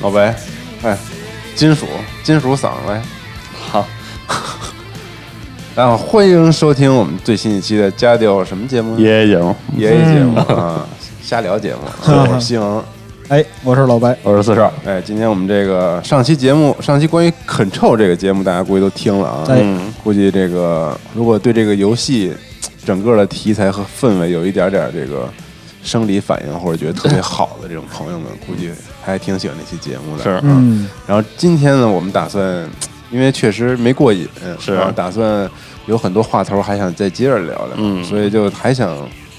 老白，哎，金属金属嗓来， 好，啊，欢迎收听我们最新一期的《家调什么节目呢？爷爷节目，爷爷节目啊，瞎聊节目。我是西蒙，哎，我是老白，我是四少，哎，今天我们这个上期节目，上期关于 Control 这个节目，大家估计都听了啊。哎嗯，估计这个如果对这个游戏整个的题材和氛围有一点点这个生理反应，或者觉得特别好的这种朋友们，估计还挺喜欢那期节目的。是嗯，然后今天呢，我们打算，因为确实没过瘾，是然后打算有很多话头还想再接着聊聊，嗯所以就还想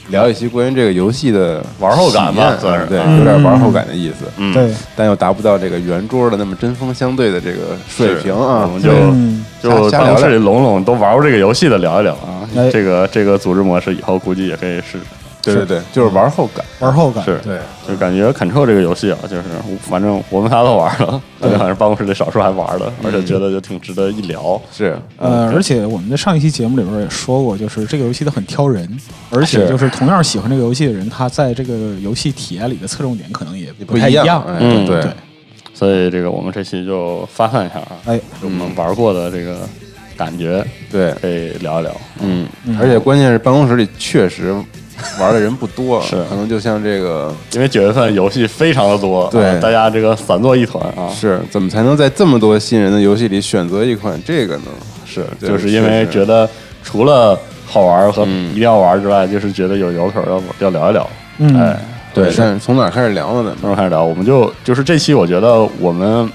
聊一些关于这个游戏的玩后感吧体验算是啊对，嗯有点玩后感的意思，嗯对，但又达不到这个圆桌的那么针锋相对的这个水平啊，是我们就就嗯就瞎办聊公室聊里龙龙都玩过这个游戏的聊一聊啊哎，这个这个组织模式以后估计也可以试试，对对对，就是玩后感，玩后感，是啊对。就感觉 Control 这个游戏啊，就是反正我们仨都玩 了，好像是办公室里少数还玩了，嗯而且觉得就挺值得一聊，是，呃，而且我们在上一期节目里边也说过，就是这个游戏它很挑人，而且就是同样喜欢这个游戏的人，他在这个游戏体验里的侧重点可能也不太一样。哎，嗯对，所以这个我们这期就发散一下啊，哎，我们玩过的这个感觉对，可以聊一聊，嗯，而且关键是办公室里确实玩的人不多，是可能就像这个因为九月份游戏非常的多，对啊大家这个散作一团啊，是怎么才能在这么多新人的游戏里选择一款这个呢？是，对就是因为是觉得除了好玩和嗯一定要玩之外，就是觉得有由头要要聊一聊。嗯哎，对，但是从哪儿开始聊呢？咱从们这开始聊，我们就就是这期，我觉得我们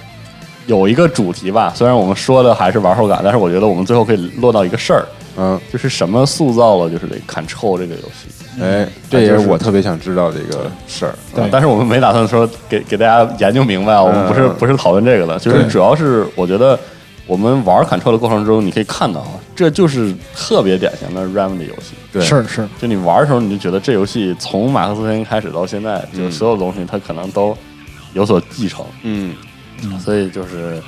有一个主题吧。虽然我们说的还是玩后感，但是我觉得我们最后可以落到一个事儿，嗯，就是什么塑造了就是这个 Control 这个游戏。哎，这也是我特别想知道的一个事儿。对啊但是我们没打算说给给大家研究明白啊，我们不是、嗯不是讨论这个的，就是对主要是我觉得我们玩 Control 的过程中，你可以看到啊，这就是特别典型的 Ram 的游戏。对，是是，就你玩的时候，你就觉得这游戏从马克思篇开始到现在，就所有东西它可能都有所继承，嗯，所以就是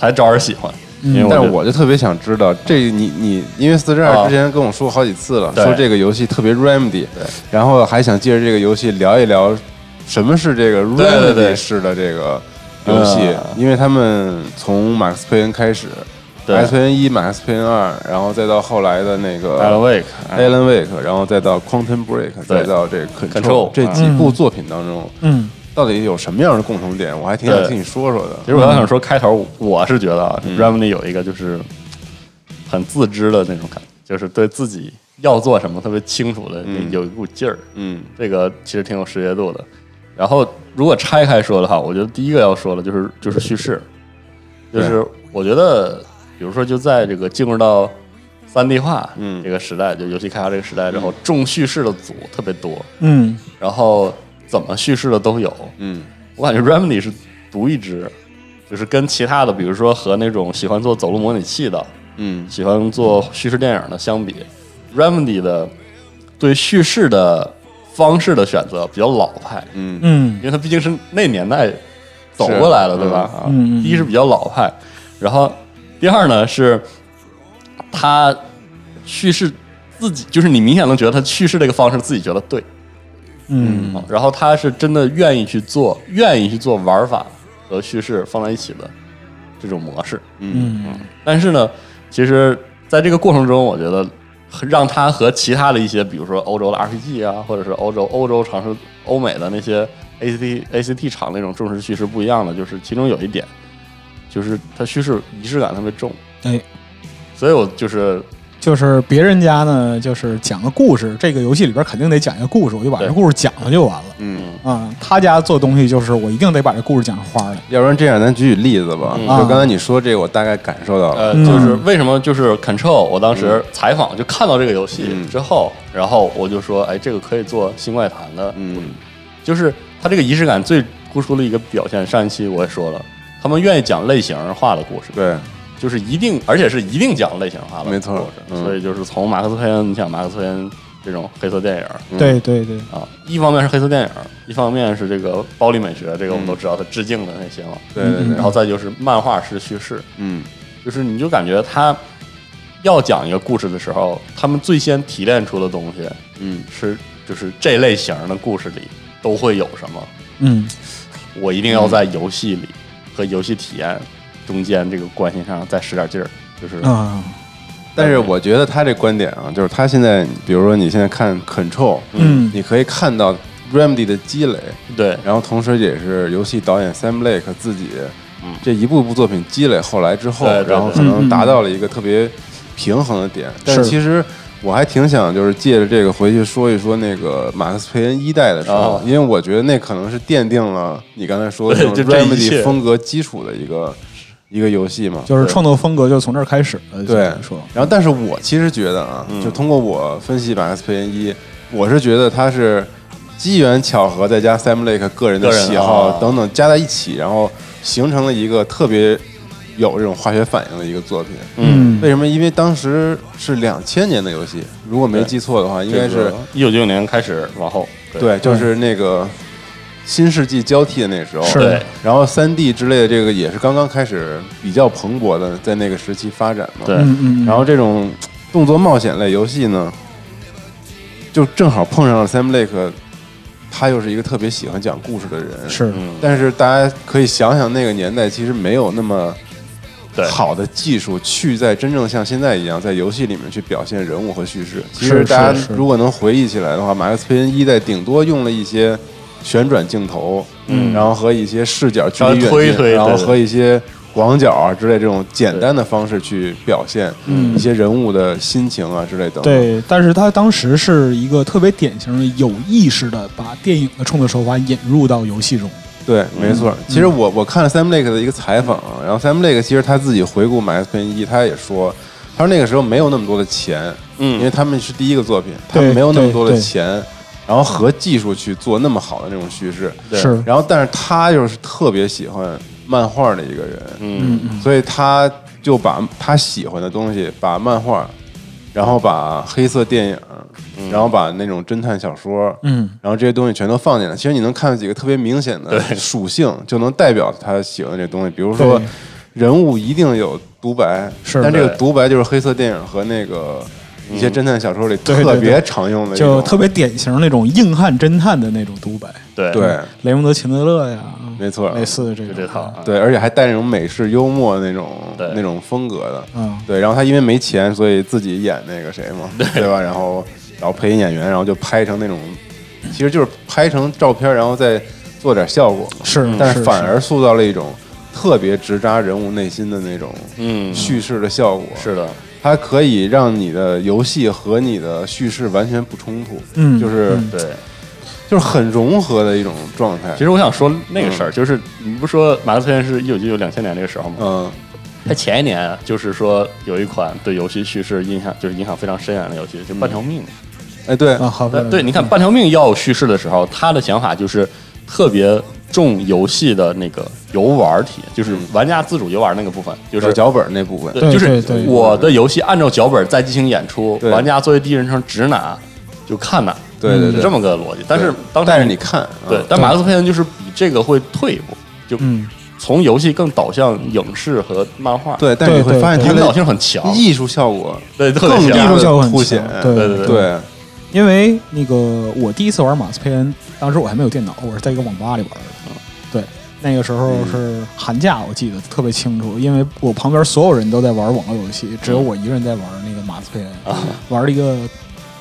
才招人喜欢。因为但觉是得我就特别想知道，这你你因为四十啊二之前跟我说好几次了，对说这个游戏特别 remedy，然后还想借着这个游戏聊一聊什么是这个对对对 remedy 式的这个游戏嗯，因为他们从马克思佩恩开始，对马克思佩恩一、马克思佩恩二，然后再到后来的那个 Alan Wake，哎 Alan Wake，然后再到 Quantum Break，再对到这个 Control，这几部作品当中，嗯，到底有什么样的共同点？我还挺想对听你说说的。其实我要想说开头，我是觉得啊、r a m i n y 有一个就是很自知的那种感觉，就是对自己要做什么特别清楚的，嗯有一股劲儿。嗯这个其实挺有识别度的。然后如果拆开说的话，我觉得第一个要说的就是就是叙事，就是我觉得，比如说就在这个进入到三 D 化嗯这个时代，就游戏开发这个时代之后，重叙事的组特别多，嗯，然后怎么叙事的都有。嗯我感觉 Remedy 是独一支，就是跟其他的，比如说和那种喜欢做走路模拟器的，嗯喜欢做叙事电影的相比，Remedy 的对叙事的方式的选择比较老派，嗯嗯因为它毕竟是那年代走过来了，是对吧？啊，嗯嗯嗯第一是比较老派，然后第二呢是它叙事自己，就是你明显能觉得它叙事这个方式自己觉得对，嗯啊然后他是真的愿意去做，愿意去做玩法和叙事放在一起的这种模式。嗯嗯但是呢，其实在这个过程中，我觉得让它和其他的一些，比如说欧洲的 RPG 啊，或者是欧洲欧洲尝试欧美的那些 ACT ACT 厂那种重视叙事不一样的，就是其中有一点，就是它叙事仪式感特别重。哎，所以我就是就是别人家呢，就是讲个故事，这个游戏里边肯定得讲一个故事，我就把这对故事讲了就完了。嗯，啊、他家做东西就是我一定得把这故事讲成花来。要不然这样，咱举举例子吧。嗯就刚才你说这个，我大概感受到了。呃，就是为什么就是 Control，我当时嗯采访就看到这个游戏之后，然后我就说，哎，这个可以做新怪谈的，嗯，就是它这个仪式感最突出的一个表现。上一期我也说了，他们愿意讲类型化的故事，对，就是一定，而且是一定讲类型化的，没错嗯所以就是从马克思佩恩，你想马克思佩恩这种黑色电影嗯对对对，啊，一方面是黑色电影，一方面是这个暴力美学，这个我嗯们都知道它致敬的那些嘛，对对然对，后再就是漫画式叙事，嗯，就是你就感觉他要讲一个故事的时候，他们最先提炼出的东西嗯，是就是这类型的故事里都会有什么，嗯，我一定要在游戏里和游戏体验中间这个关系上再使点劲儿，就是啊、但是我觉得他这观点啊，就是他现在，比如说你现在看 Control，嗯你可以看到 Remedy 的积累，对，然后同时也是游戏导演 Sam Lake 自己嗯这一步一步作品积累后来之后，对对对然后可能达到了一个特别平衡的点。但其实我还挺想就是借着这个回去说一说那个马克思佩恩一代的时候啊，因为我觉得那可能是奠定了你刚才说 的对那种就这一 Remedy 切风格基础的一个一个游戏嘛。就是对创作风格就从这儿开始了。对就是说，然后，但是我其实觉得啊，嗯就通过我分析马克思佩恩一，我是觉得他是机缘巧合，再加 Sam Lake 个人的个人喜好啊等等加在一起，然后形成了一个特别有这种化学反应的一个作品。嗯为什么？因为当时是两千年的游戏，如果没记错的话，应该是一九九九年开始往后，对，就是那个新世纪交替的那时候。是对然后三 D 之类的这个也是刚刚开始比较蓬勃的，在那个时期发展嘛。对嗯嗯，然后这种动作冒险类游戏呢，就正好碰上了 Sam Lake，他又是一个特别喜欢讲故事的人。嗯是但是大家可以想想，那个年代其实没有那么对好的技术去在真正像现在一样，在游戏里面去表现人物和叙事。其是实是大家是如果能回忆起来的话，马克思佩恩一代顶多用了一些旋转镜头，嗯，然后和一些视角距离远近，然后推推然后对对和一些广角啊之类这种简单的方式去表现一些人物的心情啊之类等等。对，但是他当时是一个特别典型的有意识的把电影的创作手法引入到游戏中。对，嗯没错。其实我我看了 Sam Lake 的一个采访，然后 Sam Lake 其实他自己回顾《马克思佩恩一》，他也说，他说那个时候没有那么多的钱，嗯因为他们是第一个作品，他对们没有那么对多的对钱，然后和技术去做那么好的那种叙事，对是然后但是他又是特别喜欢漫画的一个人，嗯所以他就把他喜欢的东西，把漫画，然后把黑色电影，然后把那种侦探小说，嗯，然后这些东西全都放进来。其实你能看到几个特别明显的属性，就能代表他喜欢的这东西。比如说对，人物一定有独白，是但这个对独白就是黑色电影和那个一些侦探小说里对对特别对常用的一种，就特别典型那种硬汉侦探的那种独白，对对。雷蒙德·秦德勒呀，没错类似的这就种这套，啊，对，而且还带那种美式幽默那种对那种风格的，嗯对。然后他因为没钱，所以自己演那个谁嘛，对吧？然后然后配音演员，然后就拍成那种，其实就是拍成照片，然后再做点效果嘛。是但是是反是而塑造了一种特别直扎人物内心的那种嗯，叙事的效果。是的，它可以让你的游戏和你的叙事完全不冲突，嗯就是、对。就是很融合的一种状态其。实我想说那个事儿，就是你不说马克思佩恩是一九九九两千年这个时候吗？嗯，他哎前一年就是说有一款对游戏叙事印象就是影响非常深远的游戏，就《半条命》。哎，对，啊，好呃吧，对，你看《半条命》要叙事的时候，他的想法就是特别重游戏的那个游玩体验，就是玩家自主游玩那个部分，就就是是。脚本那部分，对就是对对我的游戏按照脚本再进行演出，对玩家作为第一人称只拿就看哪，嗯对对是对，这么个逻辑。但是对当时带着你嗯看，对，但马克思佩恩就是比这个会退一步，就嗯从游戏更导向影视和漫画，，对，但是你会对发现它引导的性很强，艺术效果对，特更别加艺强术效果很凸显，强对对对对对，因为那个我第一次玩马斯佩恩，当时我还没有电脑，我是在一个网吧里玩的。哦对，那个时候是寒假，我记得特别清楚，因为我旁边所有人都在玩网络游戏，只有我一个人在玩那个马斯佩恩，哦玩了一个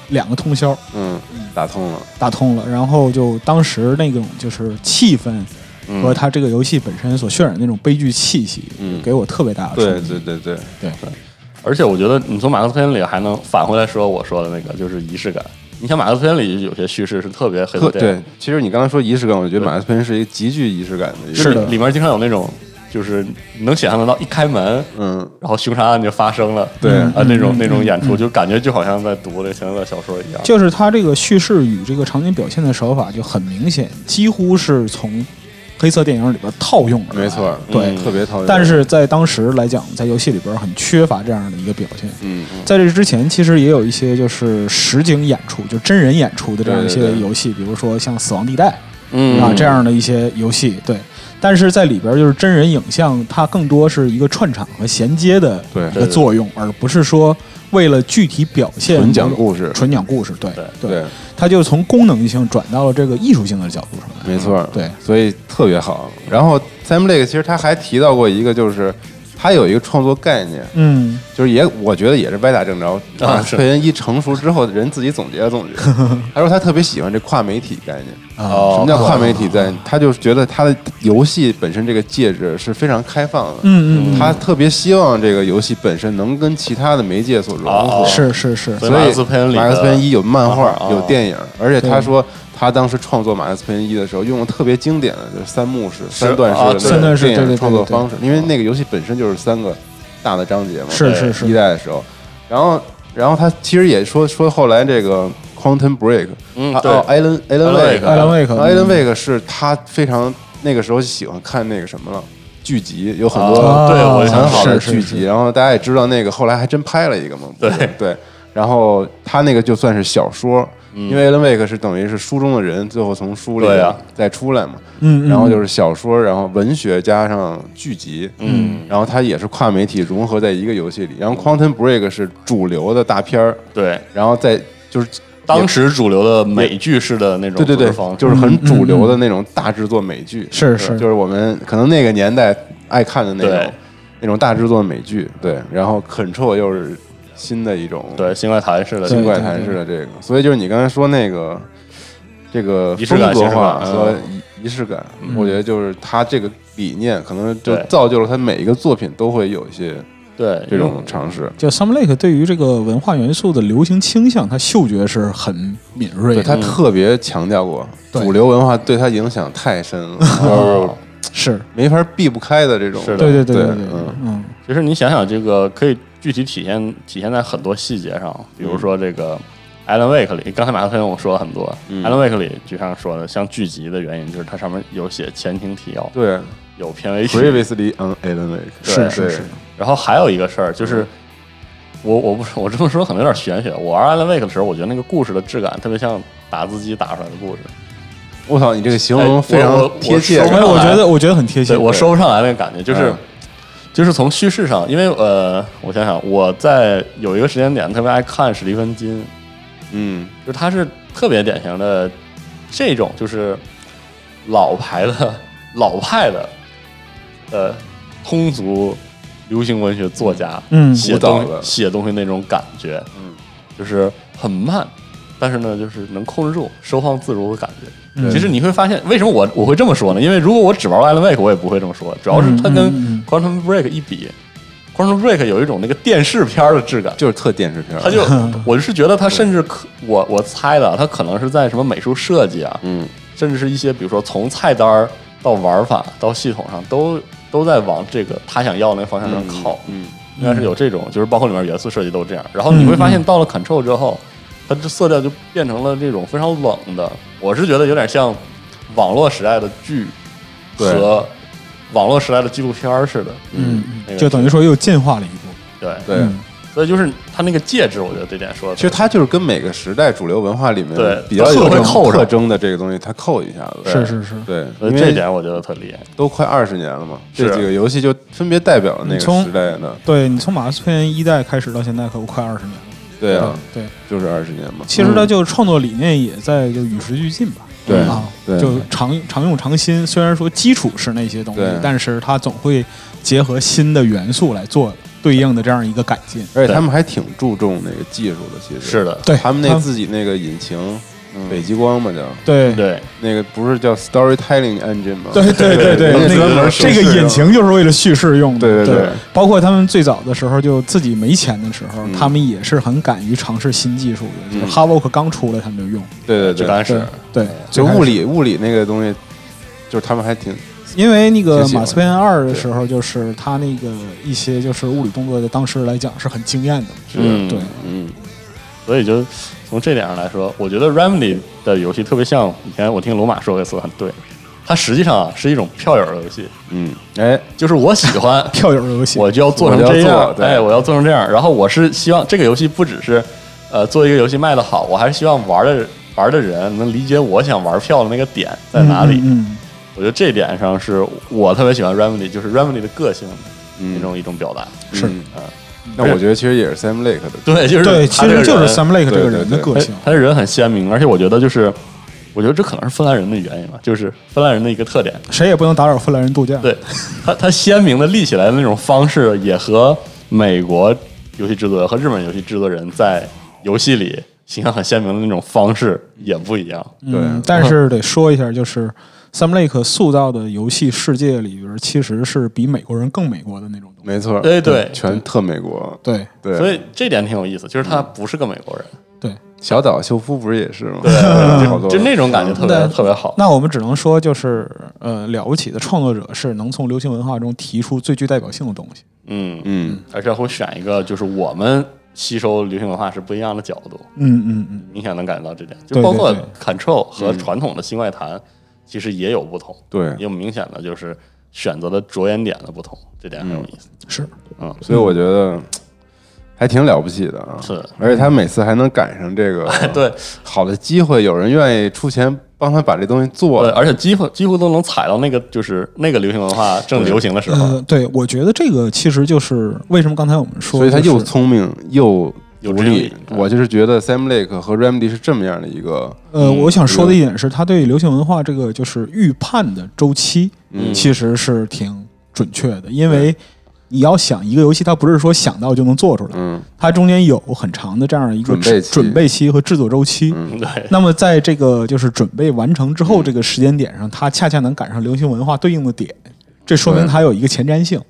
两个通宵，嗯，打通了，打通了。然后就当时那种就是气氛和它这个游戏本身所渲染那种悲剧气息，嗯给我特别大的对冲击。对对对。对而且我觉得你从马克思佩恩里还能返回来说我说的那个，就是仪式感。你像马克思佩恩里有些叙事是特别黑色特电对影，，其实你刚才说仪式感，我觉得对马克思佩恩是一个极具仪式感的一个，就里里面经常有那种就是你能想象得到，一开门嗯，然后凶杀案就发生了，对啊那种嗯那种演出，就感觉就好像在读那前的小说一样。嗯就是他这个叙事与这个场景表现的手法就很明显，几乎是从黑色电影里边套用而来没错，对。嗯特别讨厌。但是在当时来讲，在游戏里边很缺乏这样的一个表现。嗯，在这之前，其实也有一些就是实景演出，就真人演出的这样一对对些对游戏，比如说像《死亡地带》嗯啊这样的一些游戏，对。但是在里边就是真人影像，它更多是一个串场和衔接的对一个作用，而不是说为了具体表现纯讲某种故事，纯讲故事，对对对，对，它就从功能性转到了这个艺术性的角度上来。没错，对所以特别好。然后 Sam Lake 其实他还提到过一个，就是他有一个创作概念，嗯，就是也我觉得也是歪打正着。啊是佩恩一成熟之后，人自己总结了 总结，他说他特别喜欢这跨媒体概念。啊，什哦么叫跨媒体概念？他就是觉得他的游戏本身这个介质是非常开放的，嗯嗯嗯，他特别希望这个游戏本身能跟其他的媒介所融合。哦是是是，所所以以马克思佩恩里的马克思佩恩一有漫画，啊有电影，而且他对说他当时创作马克思佩恩一的时候，用了特别经典的就是三幕式、三段式啊的三那段种式电对影对创作对对方式，因为那个游戏本身就是三个大的章节嘛，是是一是，代的时候，然后然后他其实也说说后来这个 Quantum Break，嗯啊对哦，Alan Alan Wake，Alan 哦 Wake 嗯艾伦威克， Alan Wake 是他非常那个时候喜欢看那个什么了剧集，有很多啊对我很好的嗯是剧是是集，然后大家也知道那个后来还真拍了一个嘛，对不是对，然后他那个就算是小说，因为 Alan Wake 是等于是书中的人，最后从书里对啊再出来嘛，嗯，嗯然后就是小说，然后文学加上剧集，嗯，然后它也是跨媒体融合在一个游戏里，然后 Quantum Break 是主流的大片儿，对，然后再就是当时主流的美剧式的那种对对组织对方，式，就是很主流的那种大制作美剧，是嗯就是是我们可能那个年代爱看的那种对那种大制作美剧，对，然后 Control 又是新的一种对新怪谈式的新对怪谈式的这个，所以就是你刚才说那个这个仪式风感格化形式感和嗯仪仪式感，我觉得就是他这个理念可能就对造就了他每一个作品都会有一些对这种尝试。就 Sam Lake 对于这个文化元素的流行倾向，他嗅觉是很敏锐对他的，特别强调过，对主流文化嗯对他影响太深 了，就是是，没法避不开的这种。是的对对对对对，嗯嗯其实你想想，这个可以具体体现体现在很多细节上，比如说这个 Alan Wake 里，刚才马克思我说了很多、嗯 Alan Wake 里，就像说的，像剧集的原因就是它上面有写前情提 要，对有片尾曲， ，Previously on Alan Wake，对是是是，然后还有一个事儿嗯就是。我我不是我这么说可能有点玄学。我玩 Alan Wake 的时候，我觉得那个故事的质感特别像打字机打出来的故事，我操，你这个形哎容我非我常贴切啊我。哎，我觉得我觉得很贴对切，我说不上来那个感觉，就是、嗯就是从叙事上，因为呃，我想想，我在有一个时间点特别爱看史蒂芬金，嗯，就是他是特别典型的这种就是老牌的老派的呃通俗流行文学作家，嗯写古早东的写东西那种感觉，嗯，就是很慢，但是呢，就是能控制住收放自如的感觉。嗯其实你会发现，为什么我我会这么说呢？因为如果我只玩 Alan Wake，我也不会这么说。主要是它嗯跟嗯嗯 Quantum Break 一比，Quantum Break 有一种那个电视片儿的质感，就是特电视片儿， 他就我是觉得他甚至可我我猜的，啊他可能是在什么美术设计啊，嗯甚至是一些比如说从菜单儿到玩法到系统上都都在往这个他想要那个方向上靠，嗯，应该是有这种，就是包括里面元素设计都这样。然后你会发现嗯到了 Control 之后，它这色调就变成了这种非常冷的，我是觉得有点像网络时代的剧对和网络时代的纪录片儿似的，嗯，那嗯个就等于说又进化了一步，对，对。嗯所以就是它那个介质，我觉得这点说的其实它就是跟每个时代主流文化里面对比较有这特别种扣上特征的这个东西，它扣一下子。对是是是。对，所因以这为点我觉得特厉害。都快二十年了嘛，这是啊几个游戏就分别代表了那个你从时代的。对你从马克思佩恩一代开始到现在，可快二十年了。对啊，对，就是二十年嘛。其实它就创作理念也在就与时俱进吧。对啊，对就常常用常新。虽然说基础是那些东西对，但是它总会结合新的元素来做对应的这样一个改进。而且他们还挺注重那个技术的，其实是的，哎对，他们那它自己那个引擎嗯北极光嘛叫对对，那个不是叫 storytelling engine 吗？对对对对对，那个是的这个引擎就是为了叙事用的。对对对对包括他们最早的时候，就自己没钱的时候，嗯他们也是很敢于尝试新技术的。就是嗯 h a v o k 刚出来，他们就用。对对就对，当时对，就最开始物，理物理那个东西，就是他们还挺因为那个挺喜欢马斯佩恩二的时候，就是他那个一些就是物理动作，在当时来讲是很惊艳的。是的，对，，嗯所以就从这点上来说，我觉得 Remedy 的游戏特别像以前我听罗马说过一次很对，它实际上啊是一种票友的游戏，嗯，哎，就是我喜欢票友游戏，我就要做成我这就要样做，对哎，我要做成这样。然后我是希望这个游戏不只是呃做一个游戏卖的好，我还是希望玩的玩的人能理解我想玩票的那个点在哪里。嗯，嗯我觉得这点上是我特别喜欢 Remedy，就是 Remedy 的个性那嗯种一种表达。嗯是啊那我觉得其实也是 Sam Lake 的，对，就是嗯对，他其这实个就是人 Sam Lake 这对个对人的对哎个性。哎他的人很鲜明，而且我觉得就是，我觉得这可能是芬兰人的原因吧，就是芬兰人的一个特点。谁也不能打扰芬兰人度假。对 他，他鲜明的立起来的那种方式，也和美国游戏制作人和日本游戏制作人在游戏里形象很鲜明的那种方式也不一样。对嗯，但是得说一下，就是 Sam Lake 塑造的游戏世界里边，其实是比美国人更美国的那种东西。没错，对哎对全特美国，对对，所以这点挺有意思，就是他不是个美国人，对，小岛秀夫不是也是吗？对嗯好多就那种感觉特别对特别好。那我们只能说，就是呃，了不起的创作者是能从流行文化中提出最具代表性的东西。嗯，嗯，而且会选一个就是我们吸收流行文化是不一样的角度。嗯嗯嗯，明显能感觉到这点，就对包括对 Control 和传统的新外谈，其实也有不同，嗯对也，有明显的就是选择的着眼点的不同，这点很有意思。是嗯，所以我觉得还挺了不起的啊，是，而且他每次还能赶上这 个对好的机会，有人愿意出钱帮他把这东西做对，了，而且几乎几乎都能踩到那个就是那个流行文化正流行的时候，呃，对，我觉得这个其实就是为什么刚才我们说，所以他就又是聪明又有独执行立力。我就是觉得 Sam Lake 和 Remedy 是这么样的一个，呃，嗯我想说的一点是，他对流行文化这个就是预判的周期，嗯其实是挺准确的，因为你要想一个游戏，它不是说想到就能做出来，嗯它中间有很长的这样一个准备期准备期和制作周期。嗯， 对，那么在这个就是准备完成之后这个时间点上，它恰恰能赶上流行文化对应的点，这说明对它有一个前瞻性。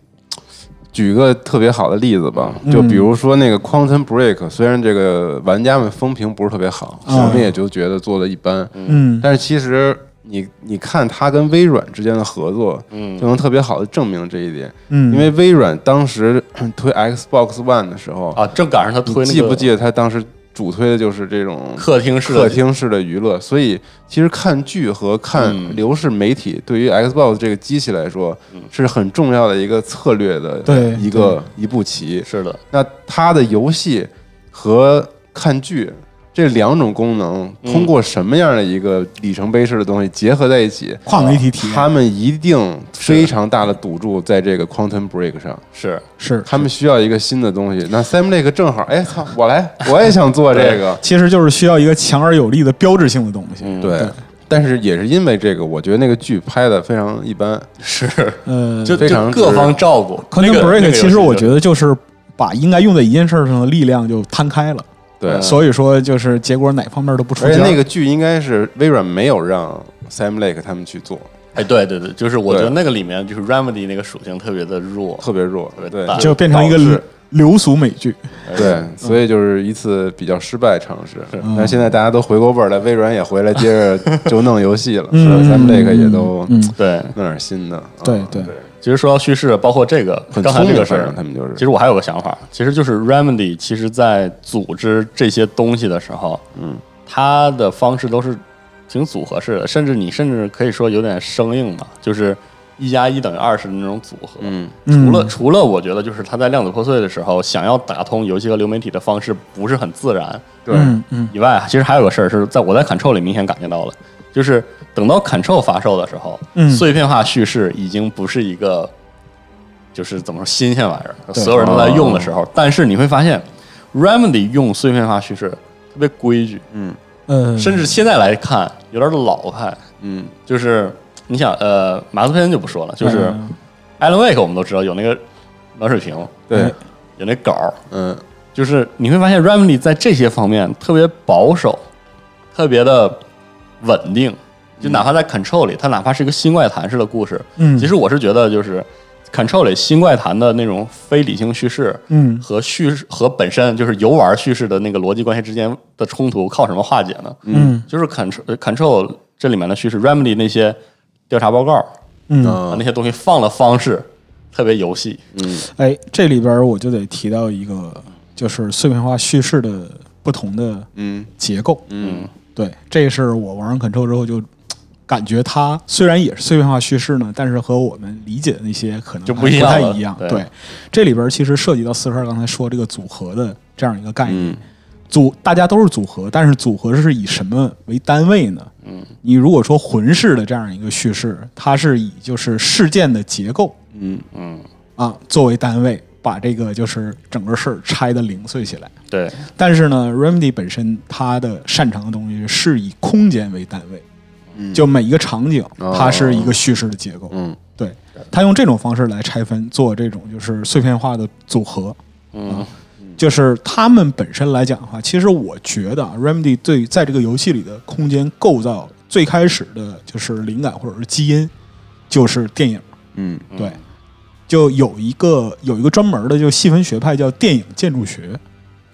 举个特别好的例子吧，嗯就比如说那个 Quantum Break，虽然这个玩家们风评不是特别好，嗯我们也就觉得做的一般，嗯，但是其实你你看它跟微软之间的合作，嗯就能特别好的证明这一点。嗯因为微软当时 推 Xbox One 的时候，啊，正赶上他推你那记个不记得他当时主推的就是这种客厅式的客厅式的娱乐？所以其实看剧和看嗯流式媒体对于 Xbox 这个机器来说是很重要的一个策略的嗯对一个一步棋。是的，那它的游戏和看剧这两种功能，嗯通过什么样的一个里程碑式的东西结合在一起？啊跨媒体体他验们一定非常大的赌注在这个 Quantum Break 上，是是，他们需要一个新的东西。那 Sam Lake 正好，哎操，我来，我也想做这个，其实就是需要一个强而有力的标志性的东西。对。但是也是因为这个，我觉得那个剧拍的非常一般，是， 呃，就嗯非常就各之方照顾。那 Quantum 个 Break 其实我觉，那个游戏得就是把应该用在一件事上的力量就摊开了，对。嗯所以说就是结果哪方面都不出而且劲。那个剧应该是微软没有让 Sam Lake 他们去做，就哎，对对对，就是我觉得对那个里面就是 Remedy 那个属性特别的弱，特别弱特别，对，大就变成一个导致流流俗美剧，对，所以就是一次比较失败尝试。嗯但现在大家都回过味儿来，微软也回来接着就弄游戏了，是吧？咱们这个也都嗯，对，弄点新的。啊对对其实说到叙事，包括这个很刚才聪这明个事反儿正，他们就是其实我还有个想法，其实就是 Remedy 其实在组织这些东西的时候，嗯，它的方式都是挺组合式的，甚至你甚至可以说有点生硬吧，就是一加一等于二十的那种组合。嗯除了除了我觉得就是他在量子破碎的时候，想要打通游戏和流媒体的方式不是很自然，对嗯嗯以外，其实还有个事儿是在我在 Control 里明显感觉到了，就是等到 Control 发售的时候，嗯碎片化叙事已经不是一个就是怎么说新鲜玩意儿，对所有人都在用的时候，但是你会发现，Remedy 用碎片化叙事特别规矩，嗯呃，甚至现在来看有点老派，嗯就是你想呃，马斯佩恩就不说了，就是嗯 Alan Wake 我们都知道有那个暖水瓶，哎对，有那稿儿，嗯就是你会发现 Remedy 在这些方面特别保守，特别的稳定，就哪怕在 Control 里，它哪怕是一个新怪谈式的故事，嗯其实我是觉得就是 Control 里新怪谈的那种非理性叙事，嗯和叙事和本身就是游玩叙事的那个逻辑关系之间的冲突靠什么化解呢？嗯就是 Control 呃 Control 这里面的叙事，Remedy 那些调查报告嗯，啊嗯那些东西放的方式特别游戏，哎，这里边儿我就得提到一个，就是碎片化叙事的不同的嗯结构。嗯对，这是我玩完 Control 之后就感觉它虽然也是碎片化叙事呢，但是和我们理解的那些可能就不还不一样太了一样。对这里边其实涉及到四十二刚才说这个组合的这样一个概念。嗯组大家都是组合，但是组合是以什么为单位呢？嗯，你如果说魂式的这样一个叙事，它是以就是事件的结构嗯嗯，啊作为单位，把这个就是整个事儿拆的零碎起来。对，但是呢，Remedy 本身它的擅长的东西是以空间为单位，嗯就每一个场景哦它是一个叙事的结构，嗯对，它用这种方式来拆分做这种就是碎片化的组合，啊嗯就是他们本身来讲的话，其实我觉得啊 Remedy 对在这个游戏里的空间构造最开始的就是灵感或者是基因，就是电影，嗯对。就有一个有一个专门的就细分学派叫电影建筑学，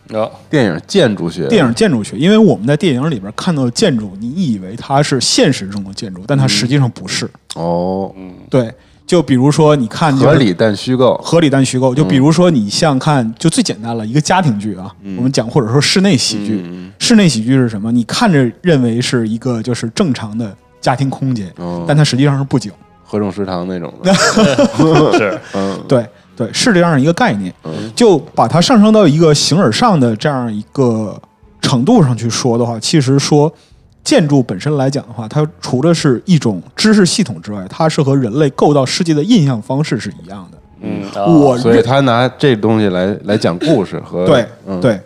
然后电影建筑学，电影建筑学，因为我们在电影里边看到的建筑，你以为它是现实中的建筑，但它实际上不是。哦，对，就比如说你看、就是、合理嗯但虚构，合理但虚构，就比如说你像看，就最简单了，一个家庭剧啊，嗯我们讲或者说室内喜剧，室内喜剧是什么？你看着认为是一个就是正常的家庭空间，哦但它实际上是布景。合众食堂那种的，是嗯对对，是这样一个概念，就把它上升到一个形而上的这样一个程度上去说的话，其实说建筑本身来讲的话，它除了是一种知识系统之外，它是和人类构造世界的印象方式是一样的。嗯，我啊所以认他拿这东西来来讲故事和对、嗯对，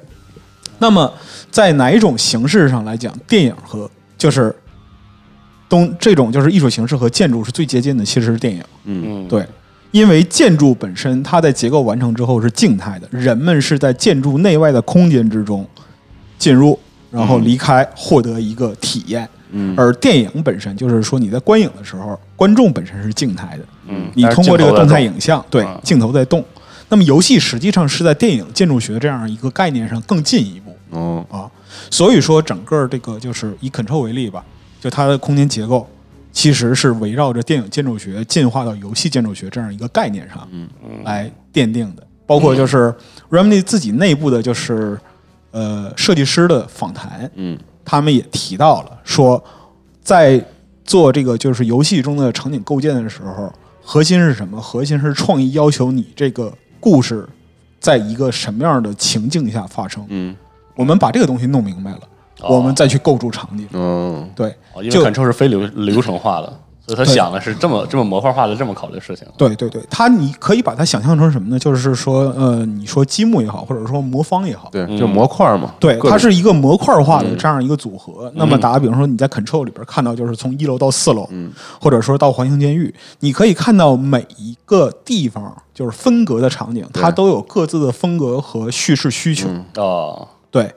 那么在哪一种形式上来讲，电影和就是东这种就是艺术形式和建筑是最接近的，其实是电影。嗯嗯对，因为建筑本身它在结构完成之后是静态的，人们是在建筑内外的空间之中进入，然后离开，获得一个体验。嗯而电影本身就是说你在观影的时候，观众本身是静态的，嗯你通过这个动态，影像，对嗯镜头在动。那么游戏实际上是在电影建筑学这样一个概念上更进一步。哦啊，所以说整个这个就是以 Control 为例吧，就它的空间结构其实是围绕着电影建筑学进化到游戏建筑学这样一个概念上，嗯，来奠定的。包括就是 Remedy 自己内部的，就是呃设计师的访谈，嗯他们也提到了说，在做这个就是游戏中的场景构建的时候，核心是什么？核心是创意要求你这个故事在一个什么样的情境下发生。嗯我们把这个东西弄明白了，哦我们再去构筑场景。嗯对哦因为就 Control 是非流流程化的，所以他对想的是这么这么模块化的这么考虑事情。对对对，它你可以把它想象成什么呢？就是说，呃，你说积木也好，或者说魔方也好，对，就模块嘛，对，各种嗯它是一个模块化的这样一个组合。那么打个比方说，你在 Control 里边看到，就是从一楼到四楼，嗯或者说到环形监狱，你可以看到每一个地方就是分隔的场景，它都有各自的风格和叙事需求。嗯哦，对，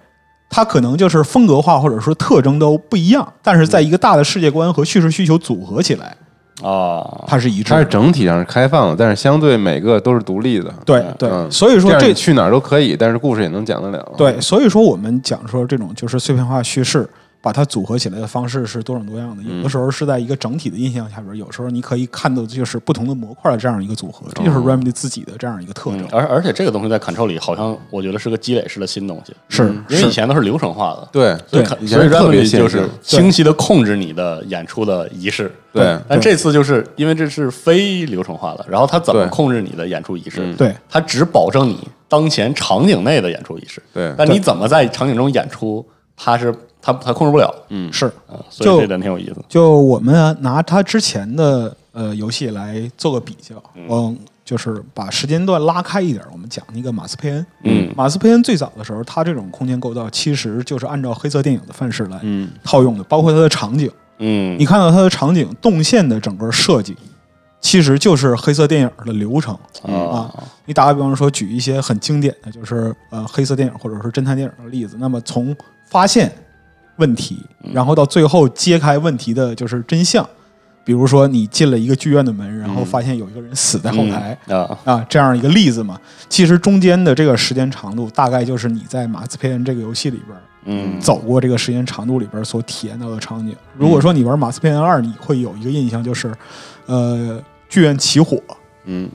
它可能就是风格化或者说特征都不一样，但是嗯在一个大的世界观和叙事需求组合起来，哦，它是一致它是的。整体上是开放的，但是相对每个都是独立的。对对，嗯所以说样这你去哪儿都可以，但是故事也能讲得了。对，所以说我们讲说这种就是碎片化叙事，把它组合起来的方式是多种多样的。嗯有的时候是在一个整体的印象下边，有时候你可以看到就是不同的模块的这样一个组合，这就是 Remedy 自己的这样一个特征哦嗯。而而且这个东西在 Control 里好像我觉得是个积累式的新东西，是因为以前都是流程化的，对所以对 Con- 以前所以是特别 Remedy 限就制是清晰的控制你的演出的仪式。对但这次就是因为这是非流程化的，然后它怎么对控制你的演出仪式？对它只保证你当前场景内的演出仪式。对但你怎么在场景中演出，它是它它控制不了。嗯，是，所以就这点挺有意思。就我们啊拿它之前的呃游戏来做个比较，嗯，就是把时间段拉开一点，我们讲那个马斯佩恩。嗯，马斯佩恩最早的时候，它这种空间构造其实就是按照黑色电影的范式来套用的，包括它的场景。嗯你看到它的场景动线的整个设计，其实就是黑色电影的流程嗯啊。哦你打个比方说，举一些很经典的，就是呃黑色电影或者是侦探电影的例子。那么从发现问题，嗯然后到最后揭开问题的就是真相。比如说，你进了一个剧院的门，然后发现有一个人死在后台，嗯啊，啊，这样一个例子嘛。其实中间的这个时间长度，大概就是你在《马斯佩恩》这个游戏里边儿嗯，走过这个时间长度里边儿所体验到的场景。如果说你玩《马斯佩恩二》，你会有一个印象，就是，呃，剧院起火嗯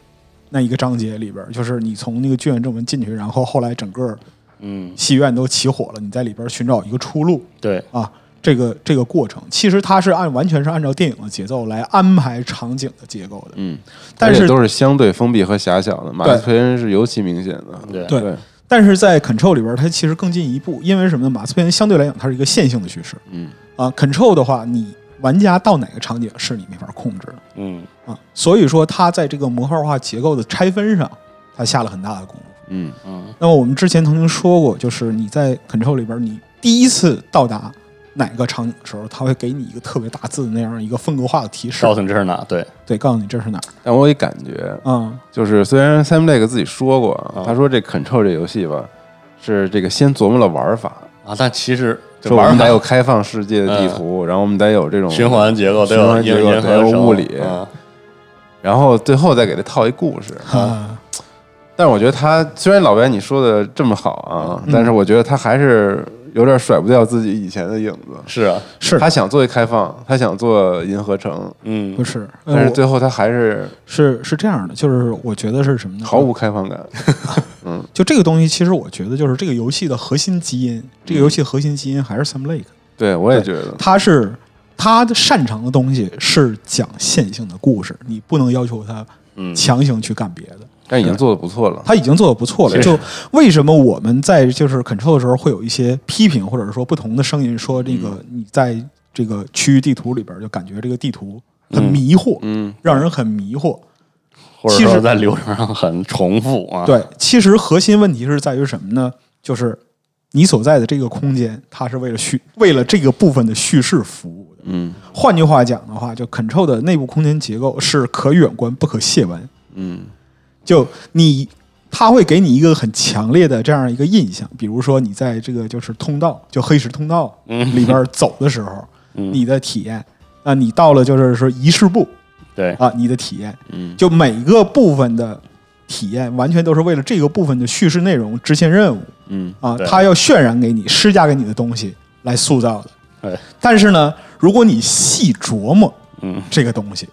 那一个章节里边儿，就是你从那个剧院正门进去，然后后来整个嗯，戏院都起火了，你在里边儿寻找一个出路对，啊。这个这个过程，其实它是按完全是按照电影的节奏来安排场景的结构的，嗯，但而是且都是相对封闭和狭小的，马对斯佩恩是尤其明显的。对对对，但是在 Control 里边，它其实更进一步，因为什么呢？马斯佩恩相对来讲，它是一个线性的叙事嗯啊。Control 的话，你玩家到哪个场景是你没法控制的嗯啊，所以说它在这个模块化结构的拆分上，它下了很大的功夫。嗯嗯那么我们之前曾经说过，就是你在 Control 里边，你第一次到达哪个场景的时候，它会给你一个特别大字的那样一个风格化的提示哦告，诉你这是哪？对，对，告诉你这是哪儿。但我也感觉，嗯，就是虽然 Sam Lake 自己说过啊啊，他说这 Control 这游戏吧，是这个先琢磨了玩法，啊，但其实这说我玩们法得有开放世界的地图，然后我们得有这种循，环结构，得循有环结银构银得有河物理啊然后最后再给它套一故事。啊，但是我觉得他虽然老白你说的这么好啊，嗯但是我觉得他还是有点甩不掉自己以前的影子。是啊，是他想做一开放，他想做银河城，嗯不，是？呃但是我最后他还是是是这样的，就是我觉得是什么呢？毫无开放感。就这个东西，其实我觉得就是这个游戏的核心基因，这个游戏的核心基因还是 Sam Lake，对我也觉得，他是他擅长的东西是讲线性的故事，你不能要求他嗯强行去干别的，但已经做的不错了。他已经做的不错了。是就为什么我们在就是 Control 的时候会有一些批评，或者说不同的声音说这个你在这个区域地图里边就感觉这个地图很迷惑，嗯，让人很迷惑。或者其说实在流程上很重复啊，，对，其实核心问题是在于什么呢？就是你所在的这个空间，它是为了叙为了这个部分的叙事服务的。嗯换句话讲的话，就 Control 的内部空间结构是可远观不可亵玩，嗯就你。它会给你一个很强烈的这样一个印象，比如说你在这个就是通道，就黑石通道嗯里边走的时候，你的体验，啊，你到了就是说仪 式部对，啊，你的体验，嗯，就每个部分的体验，完全都是为了这个部分的叙事内容支线任务嗯啊对，它要渲染给你、施加给你的东西来塑造的。对，但是呢，如果你细琢磨嗯，这个东西，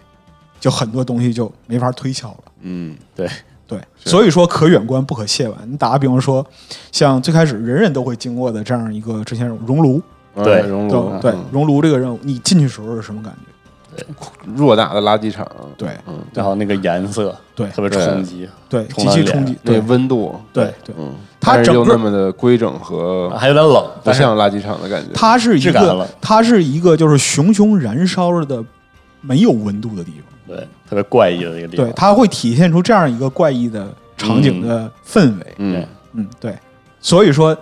就很多东西就没法推敲了。嗯对，对，所以说可远观不可亵玩。你打个比方说，像最开始人人都会经过的这样一个支线任务——熔炉，对哎熔炉对对嗯，熔炉这个任务，你进去时候是什么感觉？偌大的垃圾场，对嗯，然后那个颜色对特别冲击，对，冲极到其脸冲击，对对温度，对对，嗯，它但是整又个那么的规整和还有点冷，不啊但是像垃圾场的感觉。它是质一感了个，它是一个就是熊熊燃烧着的没有温度的地方，对特别怪异的一个地方对，，它会体现出这样一个怪异的场景的氛围，嗯嗯对，所以说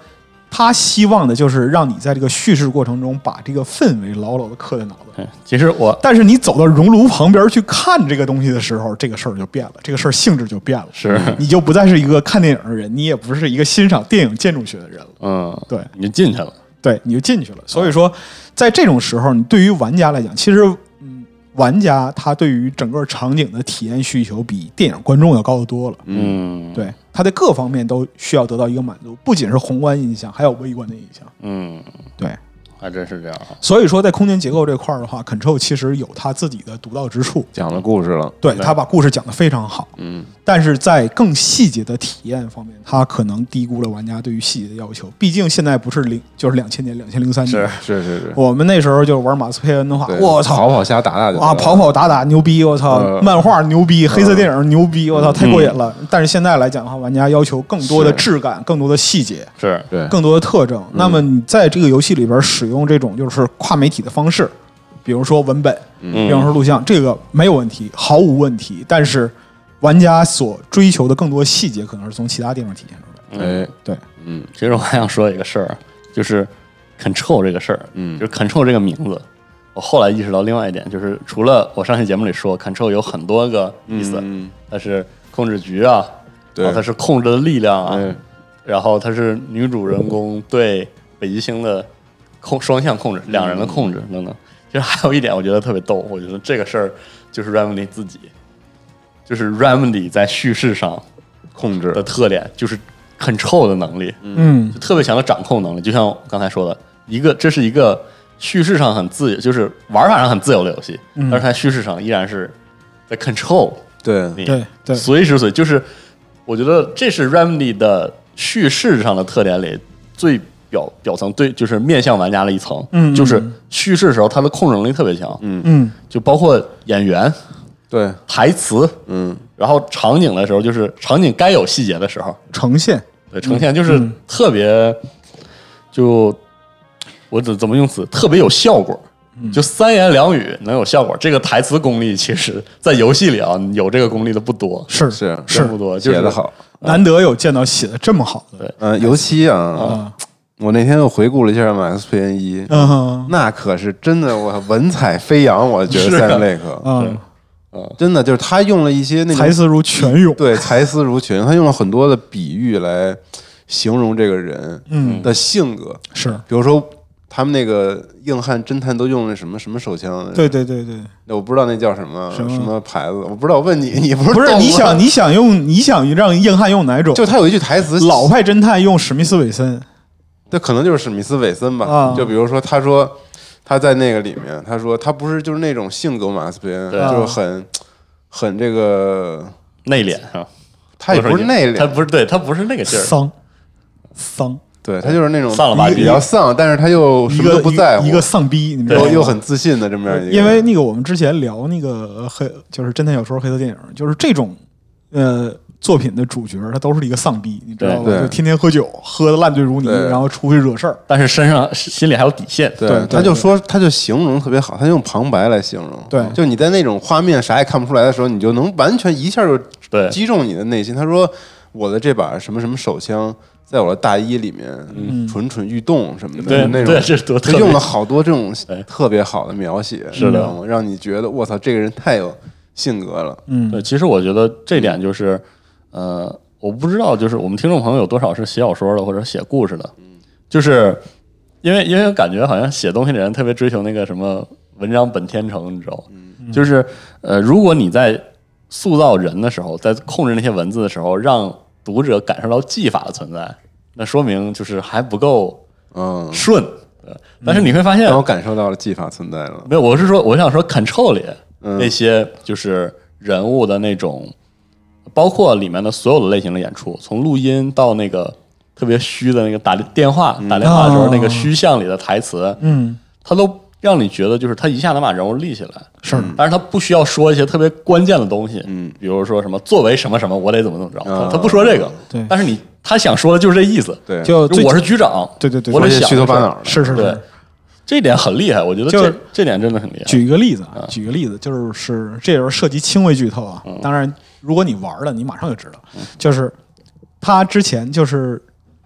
他希望的就是让你在这个叙事过程中把这个氛围牢牢的刻在脑子里。嗯其实我但是你走到熔炉旁边去看这个东西的时候，这个事儿就变了，这个事儿性质就变了，是你就不再是一个看电影的人，你也不是一个欣赏电影建筑学的人了。嗯，对，你就进去了，对，你就进去了。所以说，在这种时候，你对于玩家来讲，其实，嗯，玩家他对于整个场景的体验需求比电影观众要高得多了。嗯嗯，，对，他在各方面都需要得到一个满足，不仅是宏观印象，还有微观的印象。嗯，对，还真是这样啊，所以说在空间结构这块儿的话，Control 其实有他自己的独到之处。讲了故事了，对对他把故事讲得非常好，嗯但是在更细节的体验方面，他可能低估了玩家对于细节的要求。毕竟现在不是零，就是两千年、两千零三年是是，是是，我们那时候就玩马斯佩恩的话，对我操，跑跑瞎打打就啊，得了跑跑打打牛逼，我操！呃嗯漫画牛逼，黑色电影牛逼，我操！太过瘾了。但是现在来讲的话，玩家要求更多的是质感、更多的细节、是，对，嗯更多的特征。那么你在这个游戏里边使用这种就是跨媒体的方式，比如说文本，比方嗯，说录像，这个没有问题，毫无问题。但是玩家所追求的更多细节，可能是从其他地方体现出来的。哎，对，嗯其实我还想说一个事儿，啊就是 control 这个事儿，嗯就是 control 这个名字。我后来意识到另外一点，就是除了我上期节目里说，control 有很多个意思，嗯它是控制局啊，对然后它是控制的力量啊，哎然后它是女主人公对北极星的控双向控制，嗯两人的控制等等。其实还有一点，我觉得特别逗，我觉得这个事儿就是 Remedy 自己，就是 Remedy 在叙事上控制的特点，就是很臭的能力，嗯就特别强的掌控能力。就像我刚才说的，一个这是一个叙事上很自由，就是玩法上很自由的游戏，嗯但是它叙事上依然是在 control 对你，对对随时随就是，我觉得这是 Remedy 的叙事上的特点里最表表层对，就是面向玩家的一层，嗯就是叙事时候它的控制能力特别强，嗯，嗯就包括演员、对，台词，嗯，然后场景的时候，就是场景该有细节的时候，呈现对，呃呈现就是特别，就我怎怎么用词，特别有效果。就三言两语能有效果，这个台词功力其实，在游戏里啊，有这个功力的不多，是是是不多，就写是的好。难得有见到写的这么好的，嗯，尤其啊，啊我那天又回顾了一下《马斯佩恩一》，嗯哼那可是真的，我文采飞扬。我觉是得啊塞伦雷克嗯，真的就是他用了一些那才种思如泉涌，对才思如群，他用了很多的比喻来形容这个人嗯的性格，是比如说。他们那个硬汉侦探都用的什么什么手枪？对，对对对，我不知道那叫什么什么牌子，我不知道。我问你，你不是不不是你想你想用你想让硬汉用哪 种？就他有一句台词，老派侦探用史密斯韦森，那可能就是史密斯韦森吧。啊就比如说，他说他在那个里面，他说他不是就是那种性格马斯佩恩，对就是很很这个，内敛啊，他也不是内他敛，不是对他不是那个劲儿，丧丧对他就是那种丧了吧比唧比较丧，但是他又一什么个都不在乎，一个丧逼，你知道又吗？又很自信的这么样一个人，因为那个我们之前聊那个呃黑，就是侦探小说、黑色电影，就是这种呃作品的主角，他都是一个丧逼，你知道对吗？对就天天喝酒，喝的烂醉如泥，对然后出去惹事儿。但是身上心里还有底线。对，对对他就说，他就形容特别好，他用旁白来形容。对就你在那种画面啥也看不出来的时候，你就能完全一下就对击中你的内心。他说：“我的这把什么什么手枪，在我的大衣里面蠢蠢欲动什么的，对就那种对这多他特别用了好多这种对特别好的描写，是的你知道吗？让你觉得我操，这个人太有性格了。嗯对，其实我觉得这点就是，呃，我不知道，就是我们听众朋友有多少是写小说的或者写故事的，就是因为因为感觉好像写东西的人特别追求那个什么文章本天成，你知道吗？就是呃，如果你在塑造人的时候，在控制那些文字的时候，让读者感受到技法的存在，那说明就是还不够嗯，顺。对但是你会发现，让我感受到了技法存在了。没有，我是说，我想说 Control 里嗯那些就是人物的那种，包括里面的所有的类型的演出，从录音到那个特别虚的那个打电话、打电话的时候、哦那个虚像里的台词，嗯，他都让你觉得就是他一下能把人物立起来。嗯是但是他不需要说一些特别关键的东西，嗯，比如说什么作为什么什么，我得怎么怎么着，啊他他不说这个，对但是你他想说的就是这意思，对，就最我是局长，对对对我说得一些想虚头这巴事儿脑的。是是对是。，这点很厉害，我觉得就这这点真的很厉害。举一个例子啊，举一个例子，就是是这也是涉及轻微剧透啊。当然，如果你玩了，你马上就知道，就是他之前就是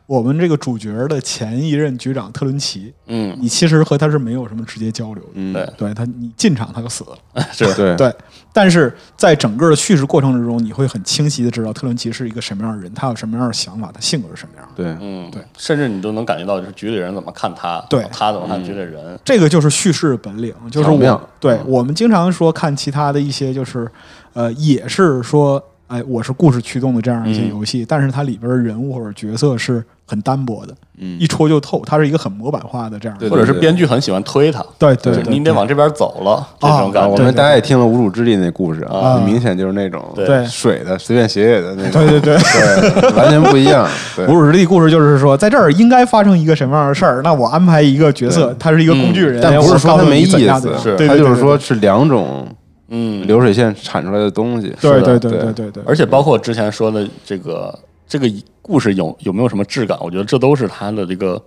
我们这个主角的前一任局长特伦奇，嗯，你其实和他是没有什么直接交流的。嗯，对对他，你进场他就死了。是对对，但是在整个的叙事过程之中，你会很清晰的知道特伦奇是一个什么样的人，他有什么样的想法，他性格是什么样的。对，嗯，对，甚至你都能感觉到，就是局里人怎么看他，对他怎么嗯看局里人，这个就是叙事本领，就是巧妙嗯我对我们经常说看其他的一些就是，呃，也是说，哎，我是故事驱动的这样一些游嗯戏，但是它里边的人物或者角色是很单薄的，嗯一戳就透，它是一个很模板化的这样对的或者是编剧很喜欢推他，对对就是对，你得往这边走了，这种啊，感我觉们大家也听了《无主之地》那故事啊，啊很明显就是那种对水的随便写写的那种，对对对。对，完全不一 样。对哺，乳之地故事就是说，在这儿应该发生一个什么样的事儿，那我安排一个角色，他是一个工具人，嗯但不是说它我告诉没你意怎思啊样怎样，是对它对就是对说是两种嗯，流水线产出来的东西。对是的对对对对对，而且包括之前说的这个这个故事有有没有什么质感，我觉得这都是他的这个，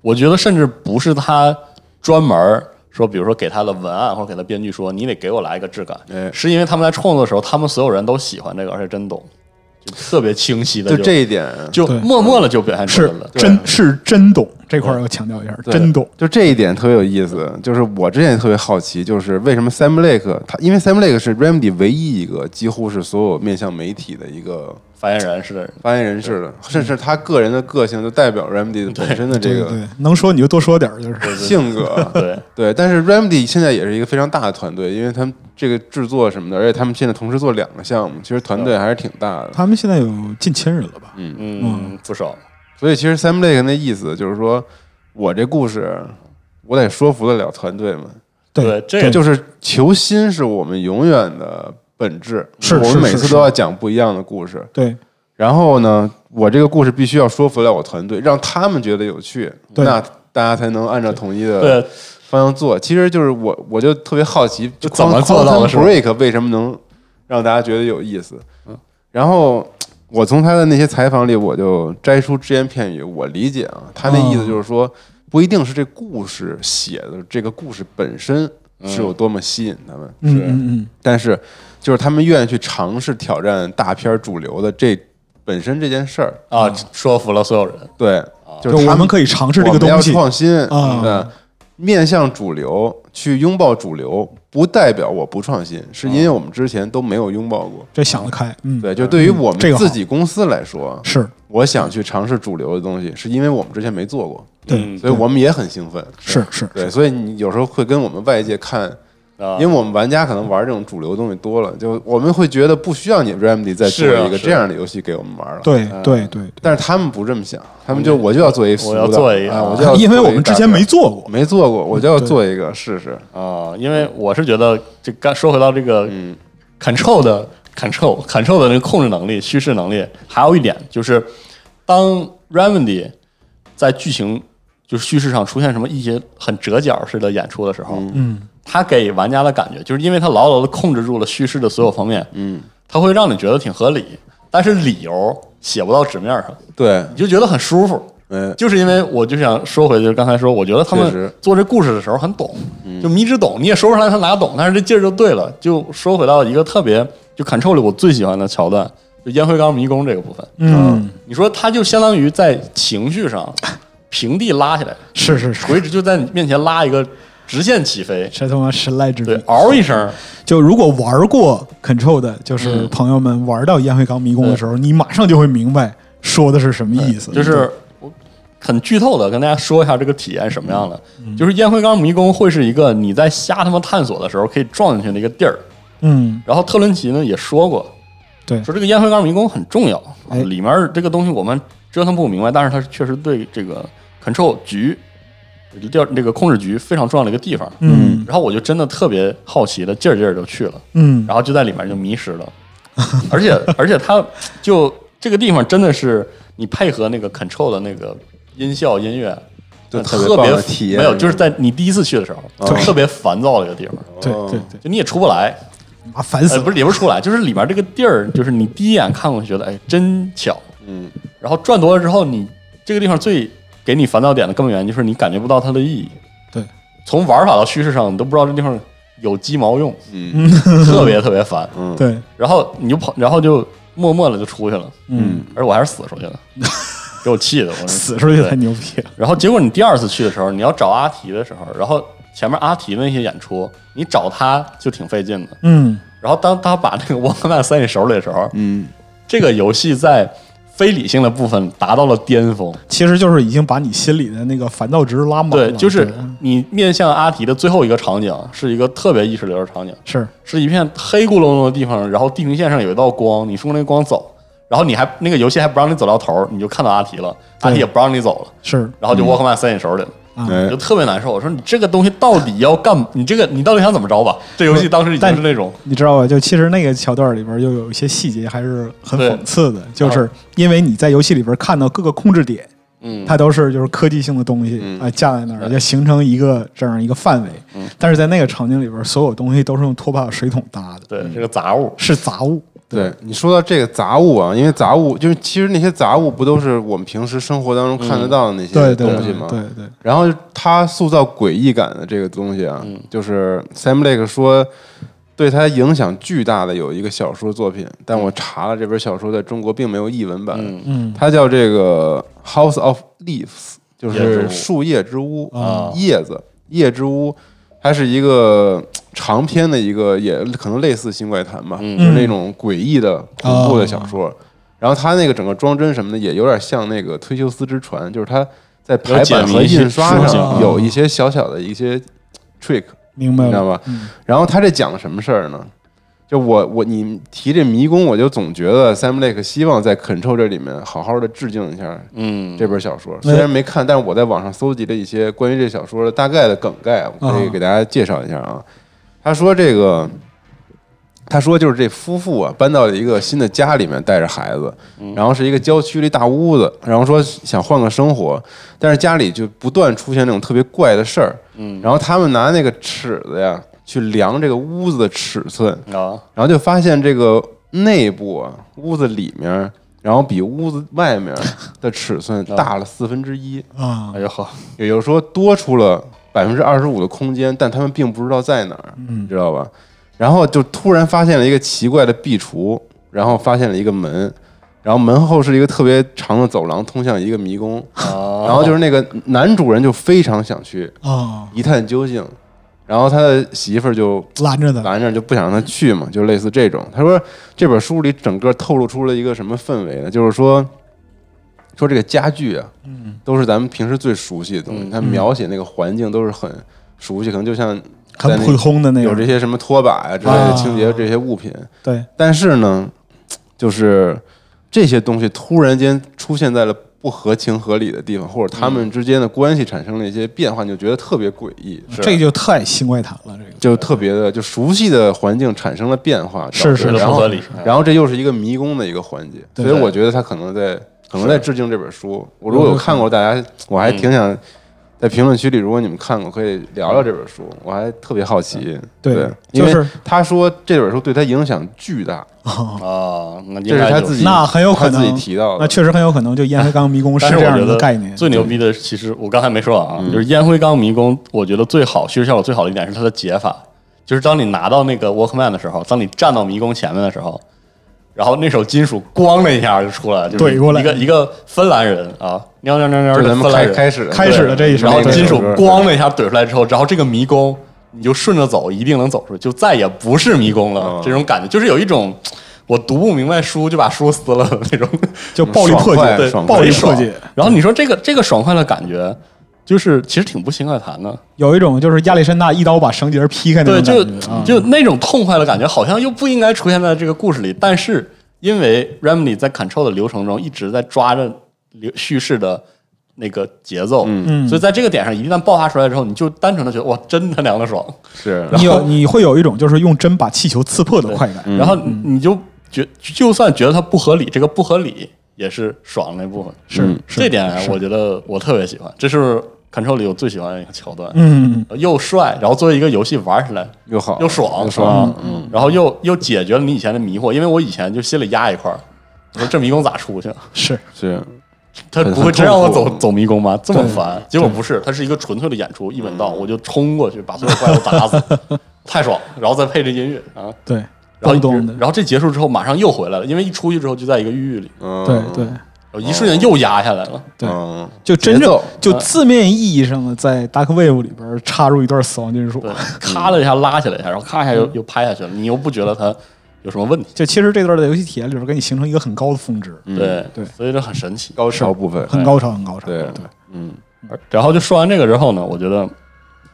我觉得甚至不是他专门儿说，比如说给他的文案或者给他编剧说，你得给我来一个质感，哎是因为他们在创作的时候，他们所有人都喜欢这个，而且真懂，就特别清晰的就这一点，就对默默的就表现出来是了。真是真懂这块儿要强调一下，对真懂。就这一点特别有意思。就是我之前也特别好奇，就是为什么 Sam Lake 他，因为 Sam Lake 是 Remedy 唯一一个几乎是所有面向媒体的一个发言人是发言人似的，甚至他个人的个性就代表 Remedy 本身的这对个对，能说你就多说点儿，就是性格。啊对对，但是 Remedy 现在也是一个非常大的团队，因为他们这个制作什么的，而且他们现在同时做两个项目，其实团队还是挺大的。他们现在有近亲人了吧？嗯不少所以其实 Sam Lake 那意思就是说，我这故事我得说服得了团队们，对这对个就是求新是我们永远的本质，是我是们每是次是都要讲不一样的故事。对然后呢，我这个故事必须要说服了我团队，让他们觉得有趣，对那大家才能按照统一嗯的对方向做。其实就是我，我就特别好奇，就怎么做到的是吧嗯 Break 为什么能让大家觉得有意思？然后我从他的那些采访里，我就摘出只言片语，我理解啊，他那意思就是说，嗯不一定是这故事写的，这个故事本身嗯是有多么吸引他们，嗯嗯嗯，但是就是他们愿意去尝试挑战大片儿主流的这本身这件事儿，嗯啊说服了所有人，对，哦就是就他我们们可以尝试这我个们要东西，创新，啊嗯，面向主流，去拥抱主流，不代表我不创新，是因为我们之前都没有拥抱过。这想得开，嗯，对，就对于我们这个好自己公司来说，是我想去尝试主流的东西，是因为我们之前没做过，嗯对，所以我们也很兴奋。是是，对，所以你有时候会跟我们外界看，啊因为我们玩家可能玩这种主流的东西多了，就我们会觉得不需要你 Remedy 再做是啊一个是啊这样的游戏给我们玩了。对嗯对对，但是他们不这么想，他们就我就要做一俗我的，要做一个啊，我就要因为做一我们大嗯之前片没做过，没做过，我就要做一个试试。啊，因为我是觉得这刚说回到这个 control 的 control control 的那个控制能力、叙事能力，还有一点就是，当 Remedy 在剧情就是叙事上出现什么一些很折角式的演出的时候，嗯，它给玩家的感觉就是因为它牢牢的控制住了叙事的所有方面，嗯，它会让你觉得挺合理，但是理由写不到纸面上，对，你就觉得很舒服。嗯，就是因为我就想说回，就是刚才说，我觉得确他们实嗯做这故事的时候很懂，就迷之懂，你也说不出来他哪懂，但是这劲儿就对了。就说回到一个特别就 control 里我最喜欢的桥段，就烟灰缸迷宫这个部分，啊嗯，你说他就相当于在情绪上 平地拉起来，是是是，垂直就在你面前拉一个直线起飞，这他妈神来之对笔，。嗷一声，就如果玩过 Control 的，嗯就是朋友们玩到烟灰缸迷宫的时候，你马上就会明白说的是什么意思，就是我很剧透的跟大家说一下这个体验是什么样的，就是烟灰缸迷宫会是一个你在瞎他妈探索的时候可以撞进去的一个地儿。嗯，然后特伦奇呢也说过，对说这个烟灰缸迷宫很重要，哎里面这个东西我们折腾不明白，但是它确实对这个 control 局调这个控制局非常重要的一个地方。嗯然后我就真的特别好奇的，劲儿劲儿就去了，嗯，然后就在里面就迷失了， 而且而且它就这个地方真的是你配合那个 control 的那个音效音乐。呃就特别特棒别的体验没有，就是在你第一次去的时候，对特别烦躁的一个地方，对哦哎对对，就你也出不来，啊，烦死呃，了不，是也不是出来，就是里面这个地儿，就是你第一眼看过去觉得，哎，真巧。嗯，然后转多了之后，你这个地方最给你烦躁点的根本原因就是你感觉不到它的意义。对，从玩法到叙事上，你都不知道这地方有鸡毛用，嗯，特别特别烦。嗯对，然后你就跑，然后就默默的就出去了，嗯，而我还是死出去 了，给我气的，我死出去对才牛逼，然后结果你第二次去的时候，你要找阿提的时候，然后前面阿提那些演出，你找他就挺费劲的。嗯，然后当他把那个沃克曼塞你手里的时候，嗯，这个游戏在非理性的部分达到了巅峰。其实就是已经把你心里的那个烦躁值拉满了，对，就是对你面向阿提的最后一个场景，是一个特别意识流的场景，是是一片黑咕隆咚的地方，然后地平线上有一道光，你顺着那光走，然后你还那个游戏还不让你走到头儿，你就看到阿提了，阿提对嗯也不让你走了，是然后就沃克曼塞你手里了。啊，哎就特别难受，我说你这个东西到底要干，你这个你到底想怎么着吧？这游戏当时已经是那种你知道吧？就其实那个桥段里边又有一些细节还是很对讽刺的，就是因为你在游戏里边看到各个控制点，嗯它都是就是科技性的东西嗯啊、架在那儿，就形成一个这样一个范围。但是在那个场景里边，所有东西都是用拖把水桶搭的，对这个杂物，是杂物。对你说到这个杂物啊，因为杂物就是其实那些杂物不都是我们平时生活当中看得到的那些嗯对对东西对吗？对对，然嗯后他塑造诡异感的这个东西啊，就是 Sam Lake 说，对他影响巨大的有一个小说作品，但我查了这本小说在中国并没有译文版，嗯嗯，它叫这个《House of Leaves》，就叶之屋是树叶之屋啊叶子叶之屋，它是一个呃长篇的一个，也可能类似《新怪谈》吧，嗯就是那种诡异的、恐怖的小说。然后它那个整个装帧什么的，也有点像那个《忒修斯之船》，就是它在排解版谜和一些印刷书上信有一些小小的一些 trick，啊明白你知道了，嗯吧？然后他这讲的什么事儿呢？就我我你提这迷宫，我就总觉得 Sam Lake 希望在《Control》这里面好好的致敬一下嗯，这本小说。虽然没看，但是我在网上搜集了一些关于这小说的大概的梗概，我可以啊给大家介绍一下啊。他说这个，他说就是这夫妇啊搬到了一个新的家里面，带着孩子，嗯然后是一个郊区的一大屋子，然后说想换个生活，但是家里就不断出现那种特别怪的事儿。嗯然后他们拿那个尺子呀去量这个屋子的尺寸，啊，然后就发现这个内部啊，屋子里面，然后比屋子外面的尺寸大了四分之一，啊哎，呦呵，也就是说多出了百分之二十五的空间，但他们并不知道在哪儿，你知道吧？然后就突然发现了一个奇怪的壁橱，然后发现了一个门，然后门后是一个特别长的走廊，通向一个迷宫。然然后就是那个男主人就非常想去啊，一探究竟，然后他的媳妇儿就拦着的，拦着就不想让他去嘛，就类似这种。他说这本书里整个透露出了一个什么氛围呢？就是说，说这个家具啊，嗯，都是咱们平时最熟悉的东西，嗯他描写那个环境都是很熟悉，可能就像在很那普通的那有种，这些什么拖把呀、之类的啊清洁这些物品，对，但是呢，就是这些东西突然间出现在了。不合情合理的地方，或者他嗯们之间的关系产生了一些变化，你就觉得特别诡异。是这就太新怪谈了，这个，就特别的，就熟悉的环境产生了变化，是导致是的然不后合理然后这又是一个迷宫的一个环节，对所以我觉得他可能在可能在致敬这本书。我如果有看过，大家嗯我还挺想在评论区里，如果你们看过，可以聊聊这本书，我还特别好奇。嗯对对，因就为是他说这本书对他影响巨大，啊，啊，那这应是该他就自己那很有可能他自己提到那的。确实很有可能就烟灰缸迷宫但这我样觉一得个概念，最牛逼的，其实我刚才没说完啊，嗯就是烟灰缸迷宫，我觉得最好叙事效果最好的一点是它的解法，就是当你拿到那个 Walkman 的时候，当你站到迷宫前面的时候，然后那首金属咣的一下就出来了，就是怼过来一个一个芬兰人啊，喵喵喵喵就是的咱们芬兰开开人始开始的这一首然后对金属对咣的一下怼出来之后，然后这个迷宫你就顺着走，一定能走出去，就再也不是迷宫了嗯。这种感觉就是有一种我读不明白书就把书撕了的那种，就暴力破爽解，快对，爽暴快力破爽解。然后你说这个这个爽快的感觉，就是其实挺不新怪谈的，有一种就是亚历山大一刀把绳结劈开那对，就种感觉啊，就那种痛快的感觉，好像又不应该出现在这个故事里，但是因为 Remedy 在 Control 的流程中一直在抓着流叙事的那个节奏，嗯所以在这个点上，一旦爆发出来之后，你就单纯的觉得哇，真他娘的爽，是你有你会有一种就是用针把气球刺破的快嗯感，然后你就觉就算觉得它不合理，这个不合理也是爽的那部分，嗯是是这点啊我觉得我特别喜欢，这是 Control 里我最喜欢的一个桥段，嗯，又帅，然后作为一个游戏玩起来哦又好又爽，又爽，嗯，然后又又解决了你以前的迷惑，因为我以前就心里压一块儿，我说这迷宫咋出去？啊是是他很不会很真让我痛苦啊走走迷宫吗？这么烦，结果不是，它是一个纯粹的演出，一本嗯道，我就冲过去把所有怪物打 死，太爽，然后再配着音乐啊，对，然后咚咚的，然后这结束之后马上又回来了，因为一出去之后就在一个狱狱里，嗯对对。然后一瞬间又压下来了。对嗯就真节正奏嗯就字面意义上的在 Dark Wave 里边插入一段死亡金属对，，咔的一下拉起来一下，然后咔一下嗯又又拍下去了，你又不觉得它有什么问题？就其实这段在游戏体验里边给你形成一个很高的峰值，对对所以这很神奇。高潮部分很高超，很高嗯超。对对，嗯而然后就说完这个之后呢，我觉得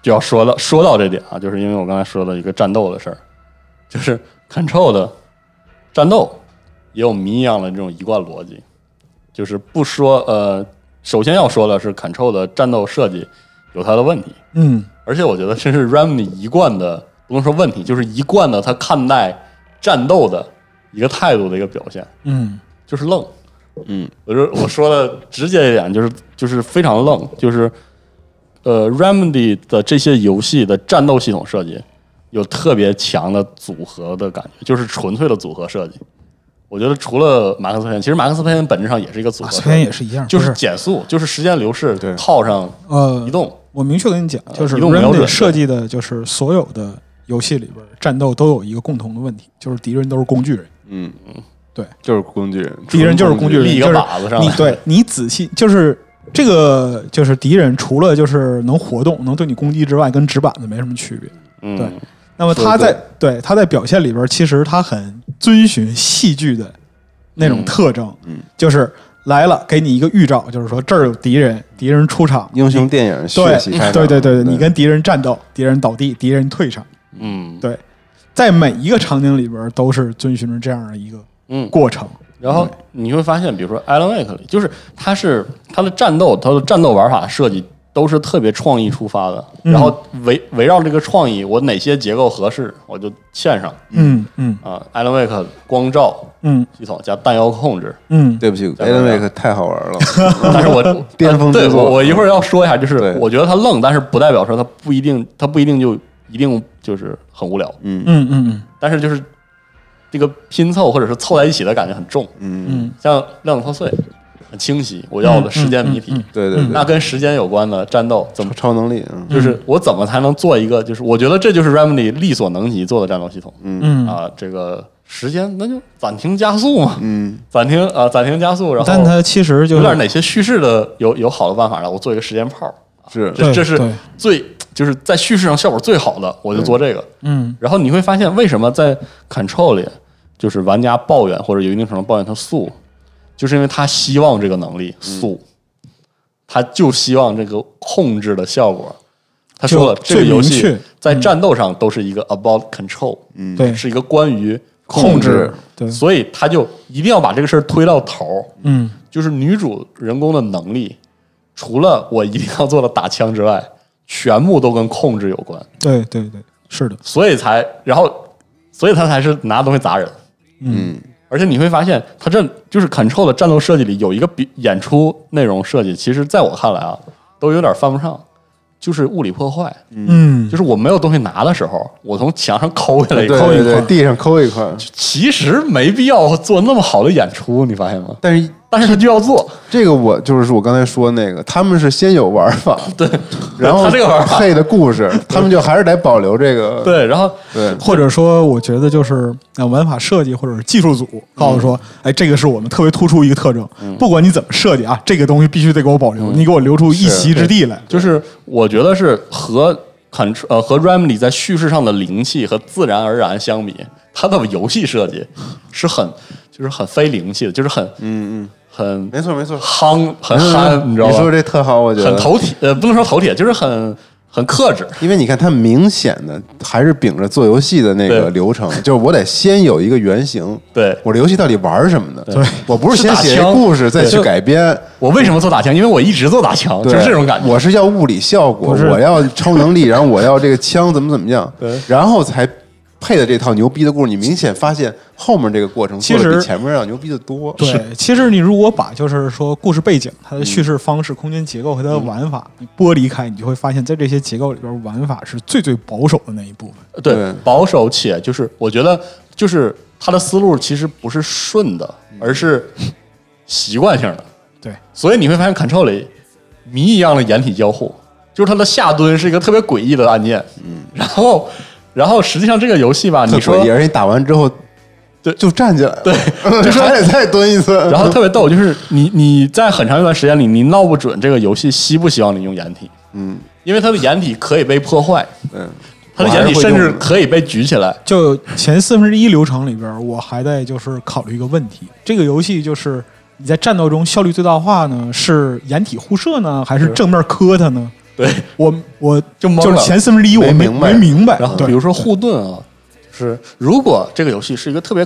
就要说到说到这点啊，就是因为我刚才说了一个战斗的事儿，就是 Control 的战斗也有谜一样的这种一贯逻辑，就是不说呃，首先要说的是 Control 的战斗设计有它的问题，嗯，而且我觉得这是 Remedy 一贯的，不能说问题，就是一贯的他看待战斗的一个态度的一个表现，嗯，就是愣。嗯我说我说的直接一点，就是就是非常愣，就是呃，Remedy 的这些游戏的战斗系统设计有特别强的组合的感觉，就是纯粹的组合设计。我觉得除了马克思佩恩，其实马克思佩恩本质上也是一个组合啊，设虽计，然也是一样，就不是是减速，就是时间流逝对套上呃移，动。我明确跟你讲，就是啊移动瞄 Remedy 准设计的就是所有的游戏里边战斗都有一个共同的问题，就是敌人都是工具人。嗯，对，就是工具人，敌人就是工具人立一个就是靶子上你来，对你仔细就是这个就是敌人，除了就是能活动、能对你攻击之外，跟纸板子没什么区别。嗯对那么他在对他在表现里边，其实他很遵循戏剧的那种特征，嗯嗯就是来了给你一个预兆，就是说这儿有敌人，敌人出场，英雄电影血对气开场对对对对，对你跟敌人战斗，敌人倒地，敌人退场，嗯对，在每一个场景里边都是遵循着这样的一个嗯，过程，然后你会发现，比如说《Alan Wake》里，就是它是它的战斗，它的战斗玩法设计都是特别创意出发的，嗯然后围围绕这个创意，我哪些结构合适，我就嵌上嗯嗯啊，《Alan Wake》光照嗯系统加弹药 控制，嗯，对不起咱们，Alan Wake 太好玩了，但是我巅峰之对作我我一会儿要说一下，就是对我觉得它愣，但是不代表说它不一定，它不一定就一定就是很无聊，嗯嗯嗯但是就是这个拼凑或者是凑在一起的感觉很重，嗯嗯，嗯，像量子破碎很清晰，我要的时间谜题。嗯嗯嗯对对那对，跟时间有关的战斗，怎么超能力，嗯就是我怎么才能做一个？就是我觉得这就是 Remedy 力所能及做的战斗系统嗯啊。这个时间那就暂停加速嘛，嗯，暂停啊，暂停加速，然嗯但后它其实就有是点哪些叙事的有有好的办法呢？我做一个时间炮，啊是这对这是对最就是在叙事上效果最好的，我就做这个。嗯然后你会发现，为什么在 Control 里，就是玩家抱怨或者有一定程度抱怨它速，就是因为他希望这个能力速，嗯他就希望这个控制的效果。他说了，这就个最明游戏确嗯在战斗上都是一个 about control，嗯对是一个关于控制对所以他就一定要把这个事儿推到头儿。嗯就是女主人公的能力，除了我一定要做的打枪之外，全部都跟控制有关，对对对是的所以才然后，所以他才是拿东西砸人。嗯而且你会发现，他这就是 Control 的战斗设计里有一个比演出内容设计，其实在我看来啊，都有点犯不上，就是物理破坏，嗯就是我没有东西拿的时候，我从墙上抠下对来一抠，对一对，块地上抠一块，其实没必要做那么好的演出，你发现吗？但是但是他就要做，这个我就是我刚才说那个，他们是先有玩法，对，然后他这个玩法配的故事，他们就还是得保留这个，对，然后对或者说，我觉得就是呃，玩法设计或者是技术组嗯告诉说，哎，这个是我们特别突出一个特征，不管你怎么设计啊，这个东西必须得给我保留，你给我留出一席之地来。嗯就是我觉得是和 Contr 呃和 Remedy 在叙事上的灵气和自然而然相比，它的游戏设计是很就是很非灵气的，就是很嗯嗯，很没错没错，夯很嗯憨，你知道你说吗？这特好，我觉很得，头铁，呃，不能说头铁，就是很很克制。因为你看他明显的还是秉着做游戏的那个对流程， 就是我得先有一个原型。对我这游戏到底玩什么的？对我不是是先打写一个枪故事再对去就改编，我为什么做打枪？因为我一直做打枪，就对是这种感觉。我是要物理效果，不是我要超能力，然后我要这个枪怎么怎么样， 对然后才配的这套牛逼的故事。你明显发现后面这个过程其做实的比前面要牛逼的多。对，其实你如果把就是说故事背景、它的叙事方式、空间结构和它的玩法你剥离开，你就会发现在这些结构里边，玩法是最最保守的那一部分。对对保守且就是我觉得就是他的思路其实不是顺的，而是习惯性的。对，所以你会发现 Control 里谜一样的掩体交互，就是它的下蹲是一个特别诡异的按键。嗯，然后，然后实际上这个游戏吧，特你说诡异，而且打完之后，对 就站起来了，对，就是还得再蹲一次。然后特别逗，就是你你在很长一段时间里，你闹不准这个游戏希不希望你用掩体，嗯，因为它的掩体可以被破坏，嗯，它的掩体我还是会甚用至的可以被举起来。就前四分之一流程里边，我还在就是考虑一个问题：这个游戏就是你在战斗中效率最大化呢，是掩体互射呢，还是正面磕它呢？对，哎我我就懵了就是前四分之一我没没明白没明白，然后对比如说护盾啊，就是如果这个游戏是一个特别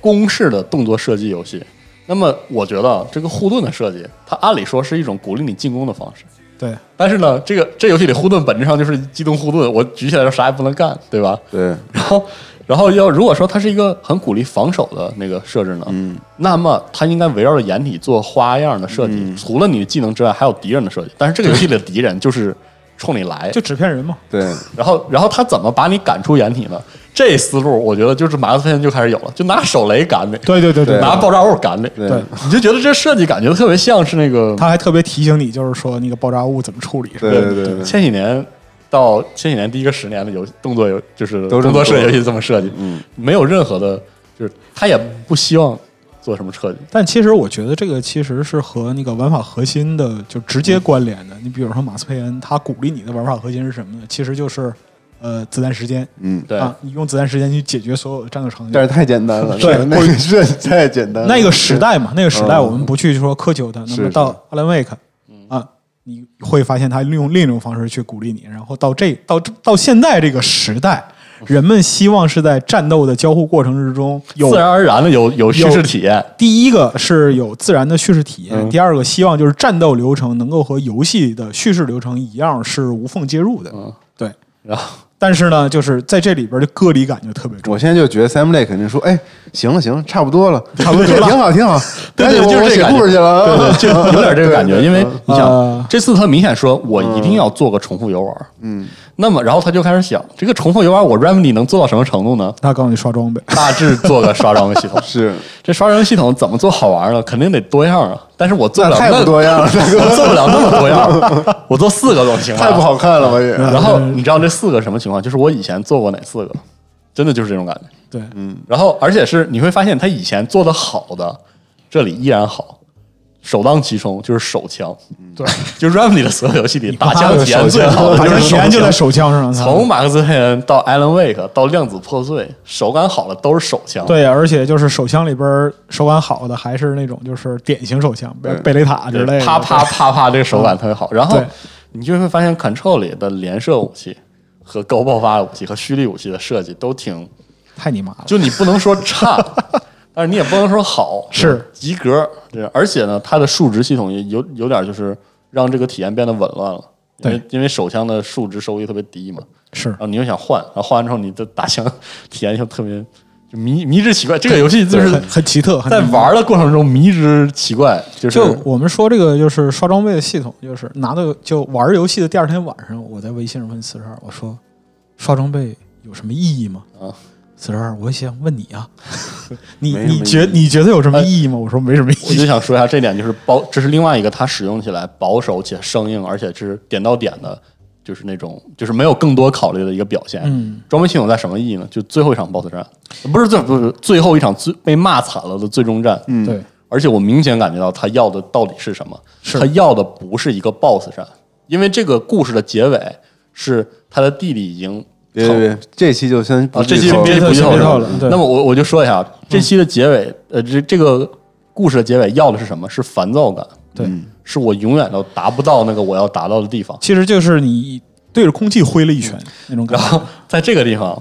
公式的动作射击游戏，那么我觉得啊这个护盾的设计，它按理说是一种鼓励你进攻的方式。对但是呢，这个这游戏里护盾本质上就是机动护盾，我举起来就啥也不能干，对吧？对，然后，然后要如果说它是一个很鼓励防守的那个设置呢，嗯，那么它应该围绕着掩体做花样的设计，嗯除了你的技能之外，还有敌人的设计。但是这个游戏里的敌人就是冲你来，就纸片人嘛，对，然后，然后他怎么把你赶出掩体呢？这思路我觉得就是马斯佩恩就开始有了，就拿手雷赶你，对对对对拿爆炸物赶你，对对，你就觉得这设计感觉特别像是那个他还特别提醒你，就是说那个爆炸物怎么处理，对对对对前几年。到千禧年第一个十年的游戏动作游就是都这么动作设计做游戏这么设计，嗯，没有任何的，就是他也不希望做什么设计。但其实我觉得这个其实是和那个玩法核心的就直嗯接关联的。你比如说马斯佩恩，他鼓励你的玩法核心是什么呢？其实就是呃子弹时间嗯，对，啊，你用子弹时间去解决所有的战斗场景但。是太简单了，对那个设计太简单了，那个时代嘛，那个时代嗯我们不去说苛求它，那是么是到 Alan Wake 啊，你会发现他利用另一种方式去鼓励你，然后到这到到现在这个 时代，人们希望是在战斗的交互过程之中有自然而然的有有叙事体验，第一个是有自然的叙事体验，嗯第二个希望就是战斗流程能够和游戏的叙事流程一样是无缝接入的。嗯对。然后但是呢，就是在这里边的割离感就特别嗯重。我现在就觉得 Sam Lake 肯定说，哎，行了行了，差不多了，差不多挺好挺好，对对赶紧就是我这写感觉故事去了嗯啊，对对，就有点这个 感觉，因为你想呃，这次他明显说我一定要做个重复游玩，嗯，，那么然后他就开始想，这个重复游玩我 Remedy 能做到什么程度呢？他告诉你刷装备，大致做个刷装备系统是，这刷装备系统怎么做好玩呢？肯定得多样啊，但是我做不那了太不那多 样了，大哥我做不了那么多样， 我做四个总行了，啊太不好看了吧也，然后你知道这四个什么情况？就是我以前做过哪四个，真的就是这种感觉。对，然后而且是你会发现他以前做的好的，这里依然好，首当其冲就是手枪，对，就是 Remedy 的所有游戏里你打看枪他的体验手最好的枪打 就是枪体验就在手手枪上。枪。他从马克思佩恩到 Alan Wake 到量子破碎，手感好的都是手枪。，对，而且就是手枪里边手感好的还是那种就是典型手枪，贝对贝雷塔之类的，嗯啪啪啪啪，这个手感特别好。然后对你就会发现 Control 里的连射武器和高爆发武器和蓄力武器的设计都挺太你妈了。就你不能说差， 但是你也不能说好，是及格。对，而且呢，它的数值系统也有有点就是让这个体验变得紊乱了。因为因为手枪的数值收益特别低嘛，是然后你又想换，然后换完之后你的打枪 体验就特别就迷迷之奇怪。这个游戏就是很很奇特，很在迷玩的过程中迷之奇怪，就是就我们说这个就是刷装备的系统，就是拿到就玩游戏的第二天晚上，我在微信上问四十二，我说刷装备有什么意义吗？啊，四十二，我想问你啊， 你没什么你觉意义呃你觉得有什么意义吗？我说没什么我意义。就想说一下这点，就是保，这是另外一个它使用起来保守且生硬，而且是点到点的，就是那种就是没有更多考虑的一个表现。嗯，装备系统在什么意义呢？就最后一场 BOSS 战，不是最不是最后一场最被骂惨了的最终战。嗯，对，而且我明显感觉到他要的到底是什么？是他要的不是一个 BOSS 战，因为这个故事的结尾是他的弟弟已经别别别，这期就先不啊，这剧期透了别别不剧剧透透了了嗯对那么我我就说一下，这期的结尾，呃，这这个故事的结尾要的是什么？是烦躁感，对，嗯是我永远都达不到那个我要达到的地方。 其实就是你对着空气挥了一拳那种感然觉。后在这个地方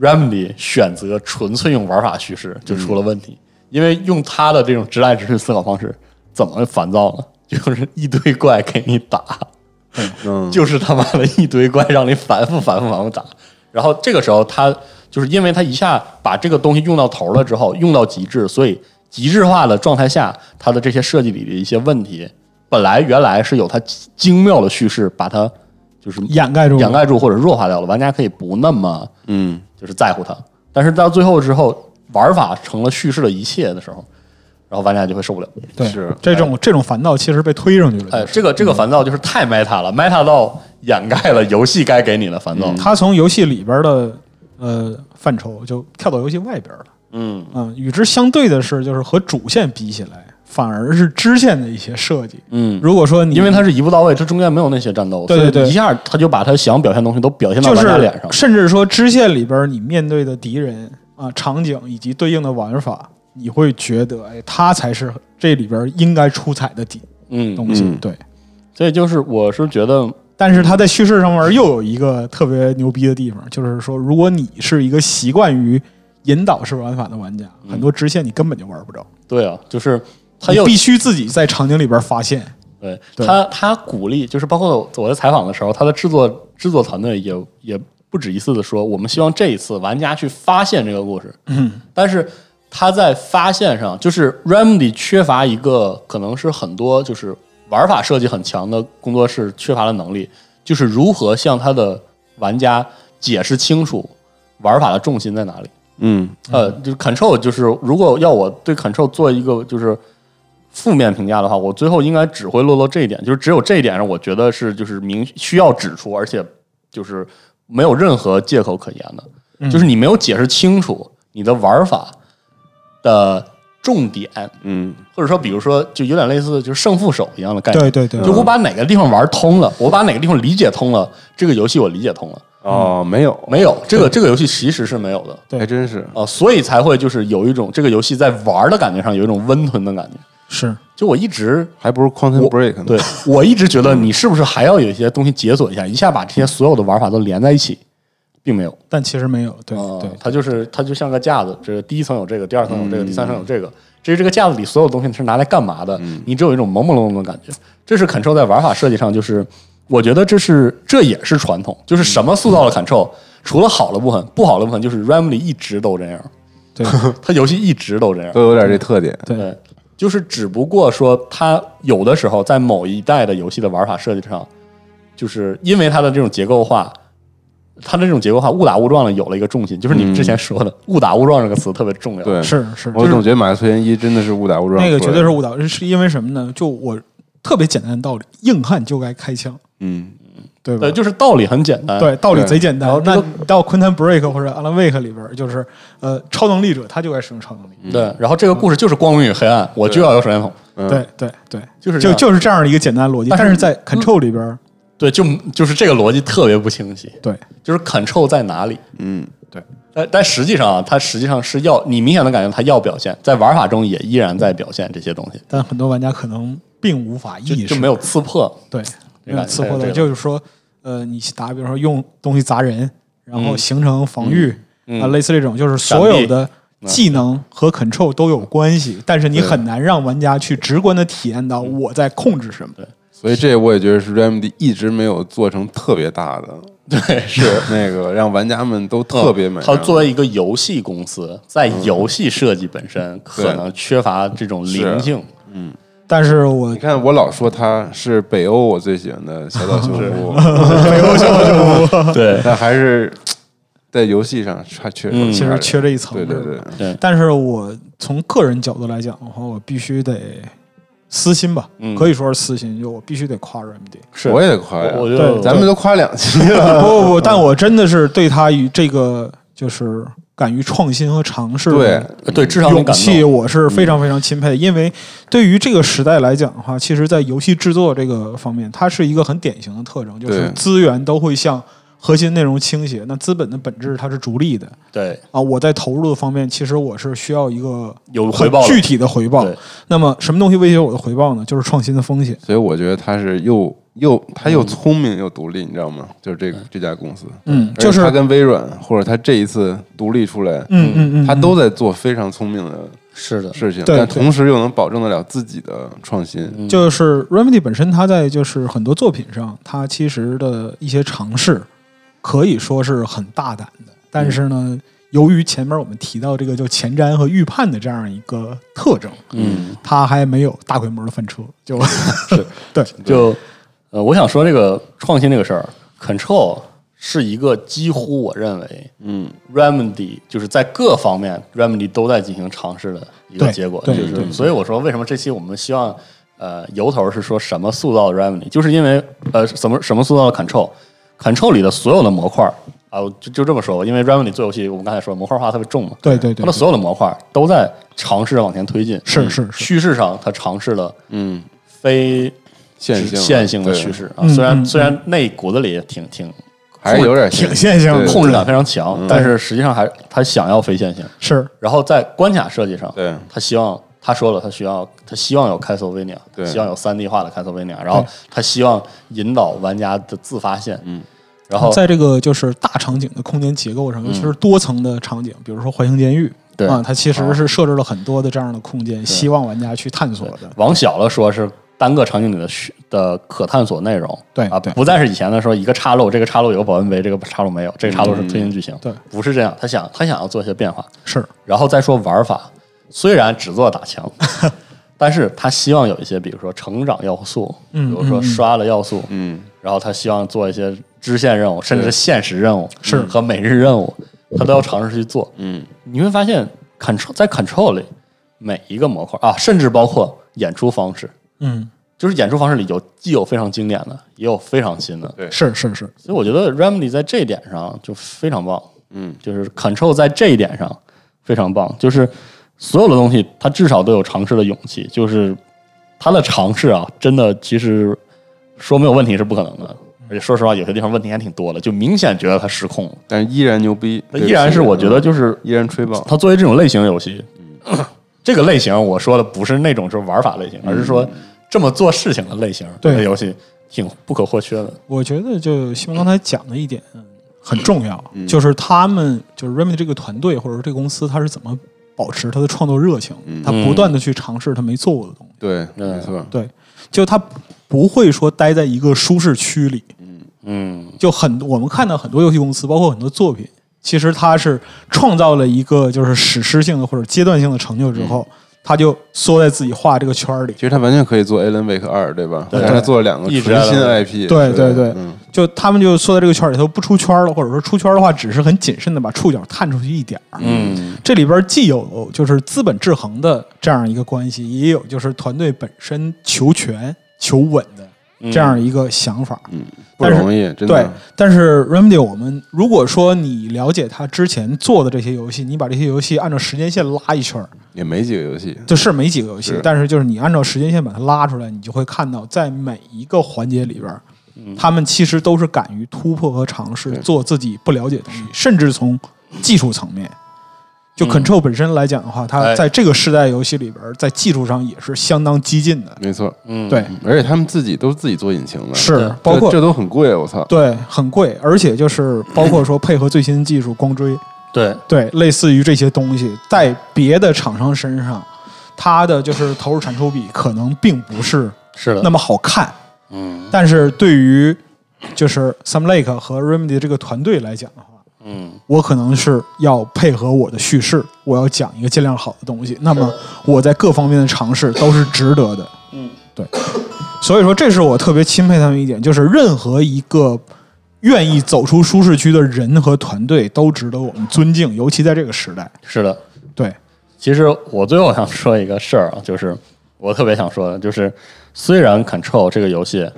，Remedy 选择纯粹用玩法叙事就出了问题，因为用他的这种直来直去思考方式，怎么烦躁呢？ 就是一堆怪给你打，嗯，就是他妈的一堆怪让你反复反复反复打。然后这个时候他就是因为他一下把这个东西用到头了之后，用到极致，所以极致化的状态下，他的这些设计里的一些问题，本来原来是有他精妙的叙事把它就是掩盖住了掩盖住或者弱化掉了，玩家可以不那么嗯，就是在乎它。但是到最后之后，玩法成了叙事的一切的时候，然后玩家就会受不了。对是，哎这种这种烦躁其实被推上去了。哎，就是嗯这个这个烦躁就是太 meta 了，meta 到掩盖了游戏该给你的烦躁。他从游戏里边的呃范畴就跳到游戏外边了。嗯，嗯，与之相对的是，就是和主线比起来，反而是支线的一些设计。嗯如果说你因为它是一步到位，这中间没有那些战斗，对对对所以一下他就把他想表现的东西都表现到就玩家是脸上。甚至说支线里边你面对的敌人啊、场景以及对应的玩法，你会觉得哎，它才是这里边应该出彩的底嗯，东西。嗯对，所以就是我是觉得，但是它在叙事上面又有一个特别牛逼的地方，就是说，如果你是一个习惯于引导式玩法的玩家，很多支线你根本就玩不着，对啊，就是嗯他你又必须自己在场景里边发现。对对他他鼓励，就是包括我在采访的时候，他的制作制作团队也也不止一次的说，我们希望这一次玩家去发现这个故事。嗯，但是他在发现上，就是 Remedy 缺乏一个可能是很多就是玩法设计很强的工作室缺乏的能力，就是如何向他的玩家解释清楚玩法的重心在哪里。嗯，呃，就是 Control，就是如果要我对 Control 做一个就是负面评价的话，我最后应该只会落到这一点，就是只有这一点上，我觉得是就是明需要指出，而且就是没有任何借口可言的，嗯就是你没有解释清楚你的玩法的重点，嗯，或者说，比如说，就有点类似就是胜负手一样的概念。对对对就我把哪个地方玩通了，我把哪个地方理解通了，这个游戏我理解通了。哦，没有，没有这个这个游戏其实是没有的对还真是，啊、所以才会就是有一种这个游戏在玩的感觉上有一种温吞的感觉。是就我一直还不如 Quantum 我 Break 呢。对，我一直觉得你是不是还要有一些东西解锁一下，一下把这些所有的玩法都连在一起，并没有。但其实没有，对啊对，它就是它就像个架子，这个第一层有这个，第二层有这个，第三层有这个。至于这个架子里所有东西是拿来干嘛的，你只有一种朦朦胧胧的感觉。这是 Control 在玩法设计上，就是我觉得这是这也是传统，就是什么塑造了 Control，除了好的部分，不好的部分就是 Remedy 一直都这样，对 它游戏一直都这样。都有点这特点。对对，就是只不过说，它有的时候在某一代的游戏的玩法设计上，就是因为它的这种结构化，它的这种结构化误打误撞的有了一个重心，就是你们之前说的“误打误撞”这个词特别重要。对，是是，我总觉得马克思原一真的是误打误撞出那来的，个绝对是误导，是因为什么呢？就我特别简单的道理，硬汉就该开枪，嗯，对吧对，？呃就是道理很简单。对，道理对贼简单然后。这那个你到《昆 u Break》或者《Alan Wake》里边儿，就是呃，超能力者他就该使用超能力。对，然后这个故事就是光明与黑暗，我就要有手电筒，嗯对对对，就是这就样就是这样的一个简单的逻辑。但是嗯但是在 Control 里边儿，对，就就是这个逻辑特别不清晰，对就是 control 在哪里？嗯，但但实际上啊，它实际上是要你明显的感觉它要表现，在玩法中也依然在表现这些东西，但很多玩家可能并无法就意识，就没有刺破。对这没有感觉刺还破是的，这个就是说，呃，你打比如说用东西砸人，然后形成防御嗯啊，类似这种，就是所有的。技能和 control 都有关系，但是你对很难让玩家去直观的体验到嗯我在控制什么。所以这我也觉得是 Remedy 一直没有做成特别大的， 对，是哦那个让玩家们都特别啊满意。嗯它作为一个游戏公司，在游戏设计本嗯身可能缺乏这种灵性，但是我你看，我老说他是北欧我最喜欢的小岛秀 夫，对但还是在游戏上差缺，嗯其实缺这一层。对对是吧对，但是我从个人角度来讲的话，我必须得私心吧，嗯可以说是私心，就我必须得夸 RMD。是我也得夸呀，我我对就咱们都夸两期了， 不不不，但我真的是对他与这个就是敢于创新和尝试对的，对至少能勇感气，动嗯我是非常非常钦佩的。因为对于这个时代来讲的话，其实，在游戏制作这个方面，它是一个很典型的特征，就是对资源都会向核心内容倾斜。那资本的本质它是逐利的，对啊，我在投入的方面，其实我是需要一个有很回报的具体的回报对。那么，什么东西威胁我的回报呢？就是创新的风险。所以我觉得他是又又他嗯又聪明又独立，你知道吗？就是这个这家公司，嗯，而且就是他跟微软或者他这一次独立出来，嗯嗯嗯，他都在做非常聪明的是的，事情，对但对嗯同时又能保证得了自己的创新。就是 Remedy 本身，它在就是很多作品上，它其实的一些尝试可以说是很大胆的，但是呢，由于前面我们提到这个叫前瞻和预判的这样一个特征，嗯，它还没有大规模的翻车，就是 对就呃，我想说这个创新这个事儿，Control 是一个几乎我认为，嗯，Remedy 就是在各方面 Remedy 都在进行尝试的一个对结果，就对是所以我说为什么这期我们希望呃由头是说什么塑造 Remedy，就是因为呃什么什么塑造了 Control，Control 里的所有的模块儿啊、我就就这么说吧，因为 Remedy 做游戏我们刚才说模块化特别重嘛，对对对它的，所有的模块儿都在尝试着往前推进，是是是，叙事上它尝试了嗯，非线性线性的对叙事啊，嗯虽然嗯虽然那骨子里挺挺还是有点挺线性的对嗯控制感非常强，但是实际上还他想要非线性。是然后在关卡设计上，对他希望他说了，他需要他希望有 Castlevania，对希望有三 D 化的 Castlevania，然后他希望引导玩家的自发现，嗯，然后在这个就是大场景的空间结构上，尤其是多层的场景，比如说环形监狱，嗯对哦啊，它其实是设置了很多的这样的空间，希望玩家去探索的。往小了说是单个场景里的需的可探索内容，对啊，对不再是以前的说一个岔路，这个岔路有个保温杯，这个岔路没有，这个岔路是推进剧情，对不是这样，他想他想要做一些变化，是，然后再说玩法，虽然只做打墙， 但是他希望有一些，比如说成长要素，嗯比如说嗯嗯刷的要素，嗯，然后他希望做一些支线任嗯务，甚至对限时任务是和每日任务，他都要尝试去做。嗯，你会发现，control 在 control 里每一个模块啊，甚至包括演出方式，嗯，就是演出方式里有既有非常经典的，也有非常新的。对是是是，所以我觉得 Remedy 在这一点上就非常棒，嗯，就是 Control 在这一点上非常棒，就是所有的东西它至少都有尝试的勇气，就是它的尝试啊，真的其实说没有问题是不可能的，而且说实话，有些地方问题还挺多的，就明显觉得它失控了，但是依然牛逼，那对嗯依然是我觉得就是依然吹爆，它作为这种类型游戏，这个类型我说的不是那种就是玩法类型，而是说这么做事情的类型对的游戏，挺不可或缺的。我觉得就西蒙刚才讲的一点嗯很重要，嗯就是他们就是 Remedy 这个团队或者说这个公司，它是怎么保持它的创作热情，它不断的去尝试它没做过的东西，对，嗯没错，对，就它不会说待在一个舒适区里，嗯，就很我们看到很多游戏公司，包括很多作品，其实它是创造了一个就是史诗性的或者阶段性的成就之后，它就缩在自己画这个圈儿里其，实他完全可以做 Alan Wake 二，对吧？对但是他做了两个一直全新 Alan IP，对对对对嗯，就他们就缩在这个圈儿里头不出圈儿了，或者说出圈儿的话，只是很谨慎的把触角探出去一点儿。嗯，这里边既有就是资本制衡的这样一个关系，也有就是团队本身求全求稳的这样一个想法。不但是容易，真对的，，但是 Remedy 我们如果说你了解他之前做的这些游戏，你把这些游戏按照时间线拉一圈儿，也没几个游戏，就是没几个游戏是，但是就是你按照时间线把它拉出来，你就会看到在每一个环节里边儿，他们其实都是敢于突破和尝试嗯对做自己不了解的东西，甚至从技术层面。就哎 Control 本身来讲的话，它哎在这个时代游戏里边儿，在技术上也是相当激进的。没错，嗯，对，而且他们自己都自己做引擎了，是对包括这这都很贵，我操，对很贵，而且就是包括说配合最新技术光追，对，对，类似于这些东西，在别的厂商身上，它的就是投入产出比可能并不是是的。那么好看，嗯但是对于就是 Sam Lake 和 Remedy 这个团队来讲的话，嗯，我可能是要配合我的叙事，我要讲一个尽量好的东西。那么我在各方面的尝试都是值得的。嗯，对。所以说，这是我特别钦佩他们一点，就是任何一个愿意走出舒适区的人和团队都值得我们尊敬，尤其在这个时代。是的。对，其实我最后想说一个事儿啊， 就是我特别想说的，就是虽然 Control 这个游戏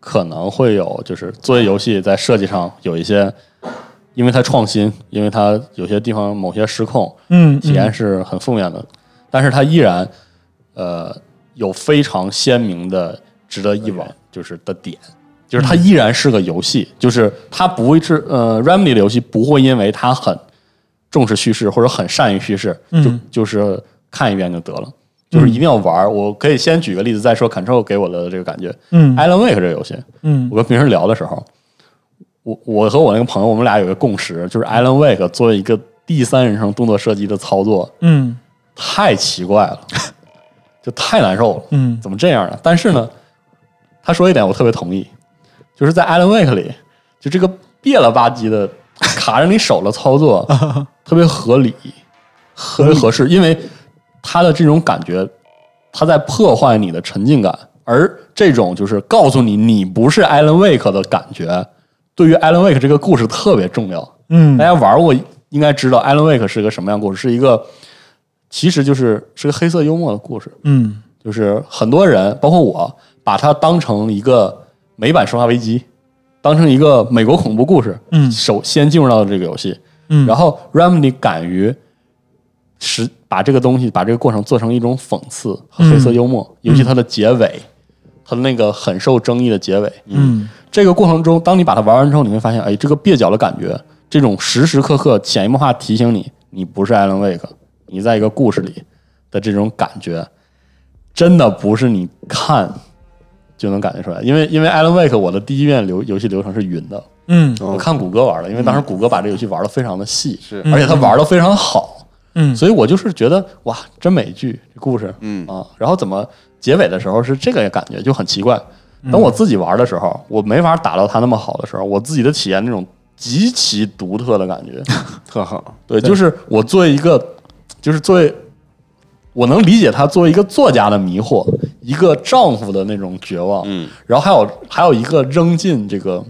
可能会有，就是作为游戏在设计上有一些，因为它创新，因为它有些地方某些失控，嗯，体验是很负面的，但是它依然呃有非常鲜明的值得一玩就是的点，就是嗯它依然是个游戏，就是它不会是呃 Remedy 的游戏不会因为它很重视叙事或者很善于叙事，就嗯就是看一遍就得了。就是一定要玩儿我可以先举个例子再说，Control 给我的这个感觉。嗯 Alan Wake 这个游戏，嗯我跟别人聊的时候，我我和我那个朋友，我们俩有一个共识，就是 Alan Wake 作为一个第三人称动作射击的操作嗯太奇怪了， 就太难受了，嗯怎么这样呢？但是呢，他说一点我特别同意，就是在 Alan Wake 里，就这个别了吧唧的卡着你手的操作特别合理，特别合适，因为他的这种感觉，他在破坏你的沉浸感，而这种就是告诉你你不是 Alan Wake 的感觉，对于 Alan Wake 这个故事特别重要。大嗯家玩过应该知道 Alan Wake 是个什么样的故事，是一个其实就是是个黑色幽默的故事，嗯就是很多人包括我把它当成一个美版《生化危机》，当成一个美国恐怖故事，嗯首先进入到这个游戏，嗯然后 Remedy 敢于使把这个东西把这个过程做成一种讽刺和黑嗯色幽默，尤其它的结尾，它的那个很受争议的结尾，嗯这个过程中，当你把它玩完之后，你会发现，哎，这个蹩脚的感觉，这种时时刻刻潜移默化提醒你，你不是艾伦·威克，你在一个故事里的这种感觉，真的不是你看就能感觉出来。因为因为艾伦·威克，我的第一遍流游戏流程是云的，嗯哦嗯我看谷歌玩的，因为当时谷歌把这游戏玩的非常的细，是而且他玩的非常好，嗯，所以我就是觉得哇，真美剧这故事，嗯啊，然后怎么结尾的时候是这个感觉就很奇怪。等我自己玩的时候，我没法打到他那么好的时候，我自己的体验那种极其独特的感觉。特好，对，就是我作为一个，就是作为我能理解他作为一个作家的迷惑，一个丈夫的那种绝望，嗯，然后还有还有一个扔进这个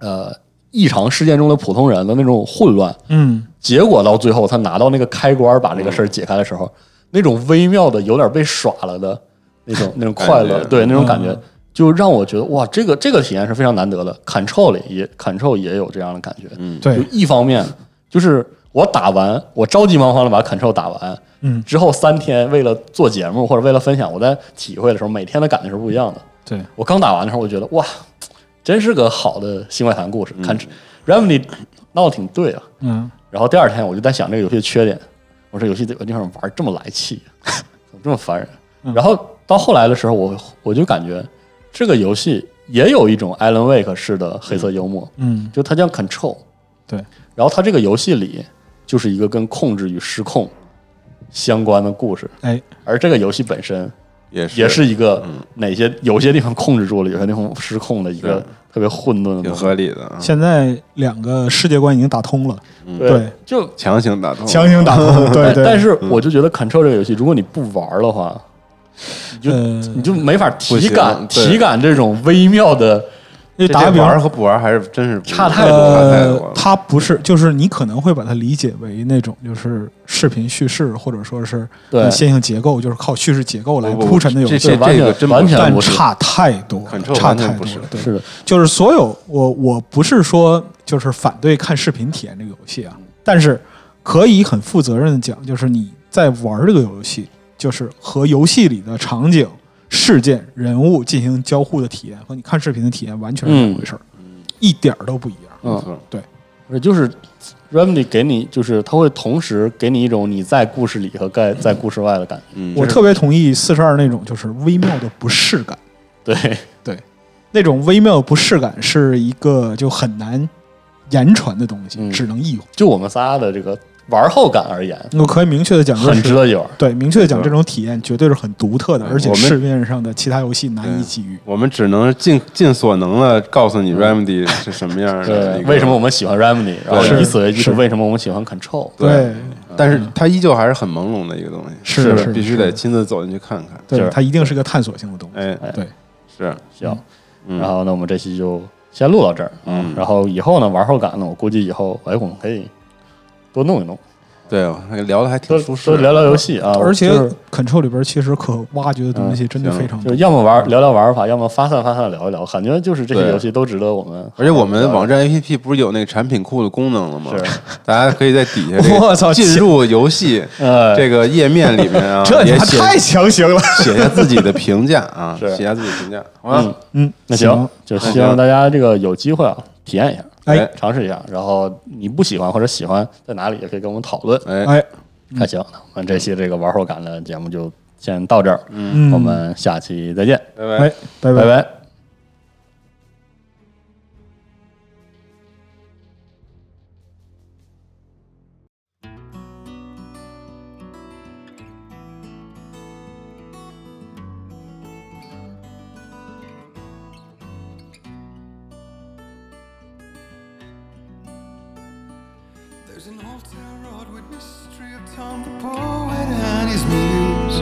呃异常事件中的普通人的那种混乱，嗯结果到最嗯后他拿到那个开关把这个事儿解开的时候，那种微妙的有点被耍了的那 种那种快乐感，觉对那种感觉嗯，就让我觉得哇，这个这个体验是非常难得的。Control 里也 Control 也有这样的感觉，嗯，对就一方面就是我打完，我着急忙慌的把 Control 打完，嗯，之后三天为了做节目或者为了分享，我在体会的时候，每天的感觉是不一样的。对，我刚打完的时候，我觉得哇，真是个好的新怪谈故事。看 Remedy 闹得挺对啊。嗯，然后第二天我就在想这个游戏的缺点，我说游戏这个地方玩这么来气， 怎么这么烦人？嗯然后到后来的时候，我我就感觉这个游戏也有一种 Alan Wake 式的黑色幽默，嗯，就它叫 Control，对，然后它这个游戏里就是一个跟控制与失控相关的故事，哎，而这个游戏本身也是嗯也是一个哪些有些地方控制住了，有些地方失控的一个是特别混沌挺的东西。合理的啊，现在两个世界观已经打通了，哦对，就强行打通，强行 打通，对但对，但是嗯我就觉得 Control 这个游戏，如果你不玩儿的话，你就、呃你就没法不体行感对体感这种微妙的，就打个比这玩儿方，和不玩儿还是真是不一样差太多差太多呃了，。它不是，就是你可能会把它理解为那种就是视频叙事，或者说是对呃线性结构，就是靠叙事结构来不不铺陈的游这戏这，完这全个真完不全是但不是差太多了， Control 差完全太不多是了，对，是的，就是所有我我不是说就是反对看视频体验这个游戏啊，但是可以很负责任的讲，就是你在玩这个游戏，就是和游戏里的场景、事件、人物进行交互的体验，和你看视频的体验完全是两回事儿，一点儿都不一样。没嗯，错，而且就是 Remedy 给你，就是它会同时给你一种你在故事里和在在故事外的感觉。嗯，我这特别同意四十二那种就是微妙的不适感，对，那种微妙的不适感是一个就很难言传的东西，嗯只能意会。就我们仨的这个玩后感而言，我可以明确的讲，就很是值得一玩。对，明确的讲，没错这种体验绝对是很独特的，对而且我们市面上的其他游戏难以对给予。我们只能尽尽所能的告诉你 Remedy 是什么样的对一，个。为什么我们喜欢 Remedy，然后是以此为基础，是为什么我们喜欢 Control？对，嗯但是它依旧还是很朦胧的一个东西，是的是的必须是得的亲自走进去看看。对，是它一定是个探索性的东西。哎，对，是，行，嗯然后呢，我们这期就先录到这儿。嗯然后以后呢，玩后感呢，我估计以后，哎，我们可以多弄一弄，对，那个聊的还挺多舒适多的，聊聊游戏啊。而且就是 Control 里边其实可挖掘的东西真的行非常就多是。要么玩聊聊玩法，要么发散发散聊一聊，感觉就是这些对游戏都值得我们。而且我们网站 APP 不是有那个产品库的功能了吗？是，大家可以在底下这个我操进入游戏呃，哎这个页面里面啊， 这你也妈写太强行了。写下自己的评价啊，是写下自己的评价，好嗯吧？，嗯，那行，，就希望大家这个有机会啊，体验一下，哎尝试一下。然后你不喜欢或者喜欢在哪里，也可以跟我们讨论。哎，哎，那行，那我们这期这个玩后感的节目就先到这儿，嗯，我们下期再见，拜拜哎。，拜拜拜。 There's an old town road with mystery of Tom the poet and his muse,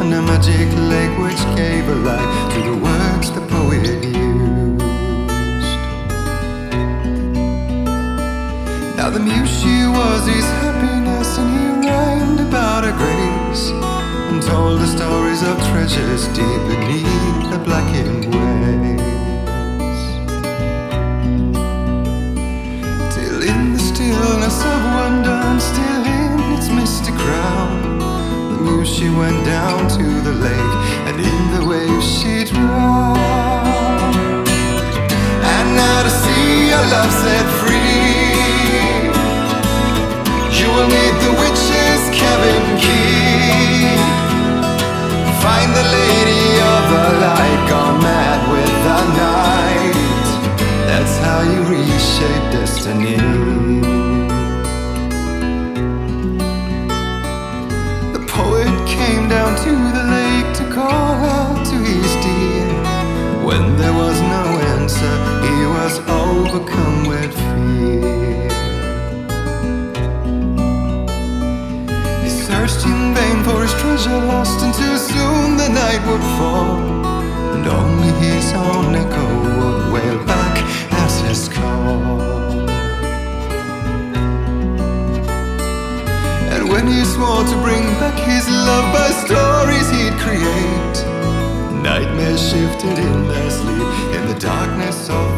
and a magic lake which gave a light to the words the poet used. Now the muse she was his happiness, and he rhymed about her grace, and told the stories of treasures deep beneath the blackened waves. Still in the stillness of wonder and still in its mystic crown. The muse she went down to the lake and in the waves she drowned. And now to see your love set free, you will need the witch's cabin key. Find the lady of the light gone mad with the night. That's how you reshape destiny. The poet came down to the lake to call out to his dear. When there was no answer, he was overcome with fear. He searched in vain for his treasure lost, and too soon the night would fall. And only his own echo would wail back as his call. shifted in their sleep in the darkness of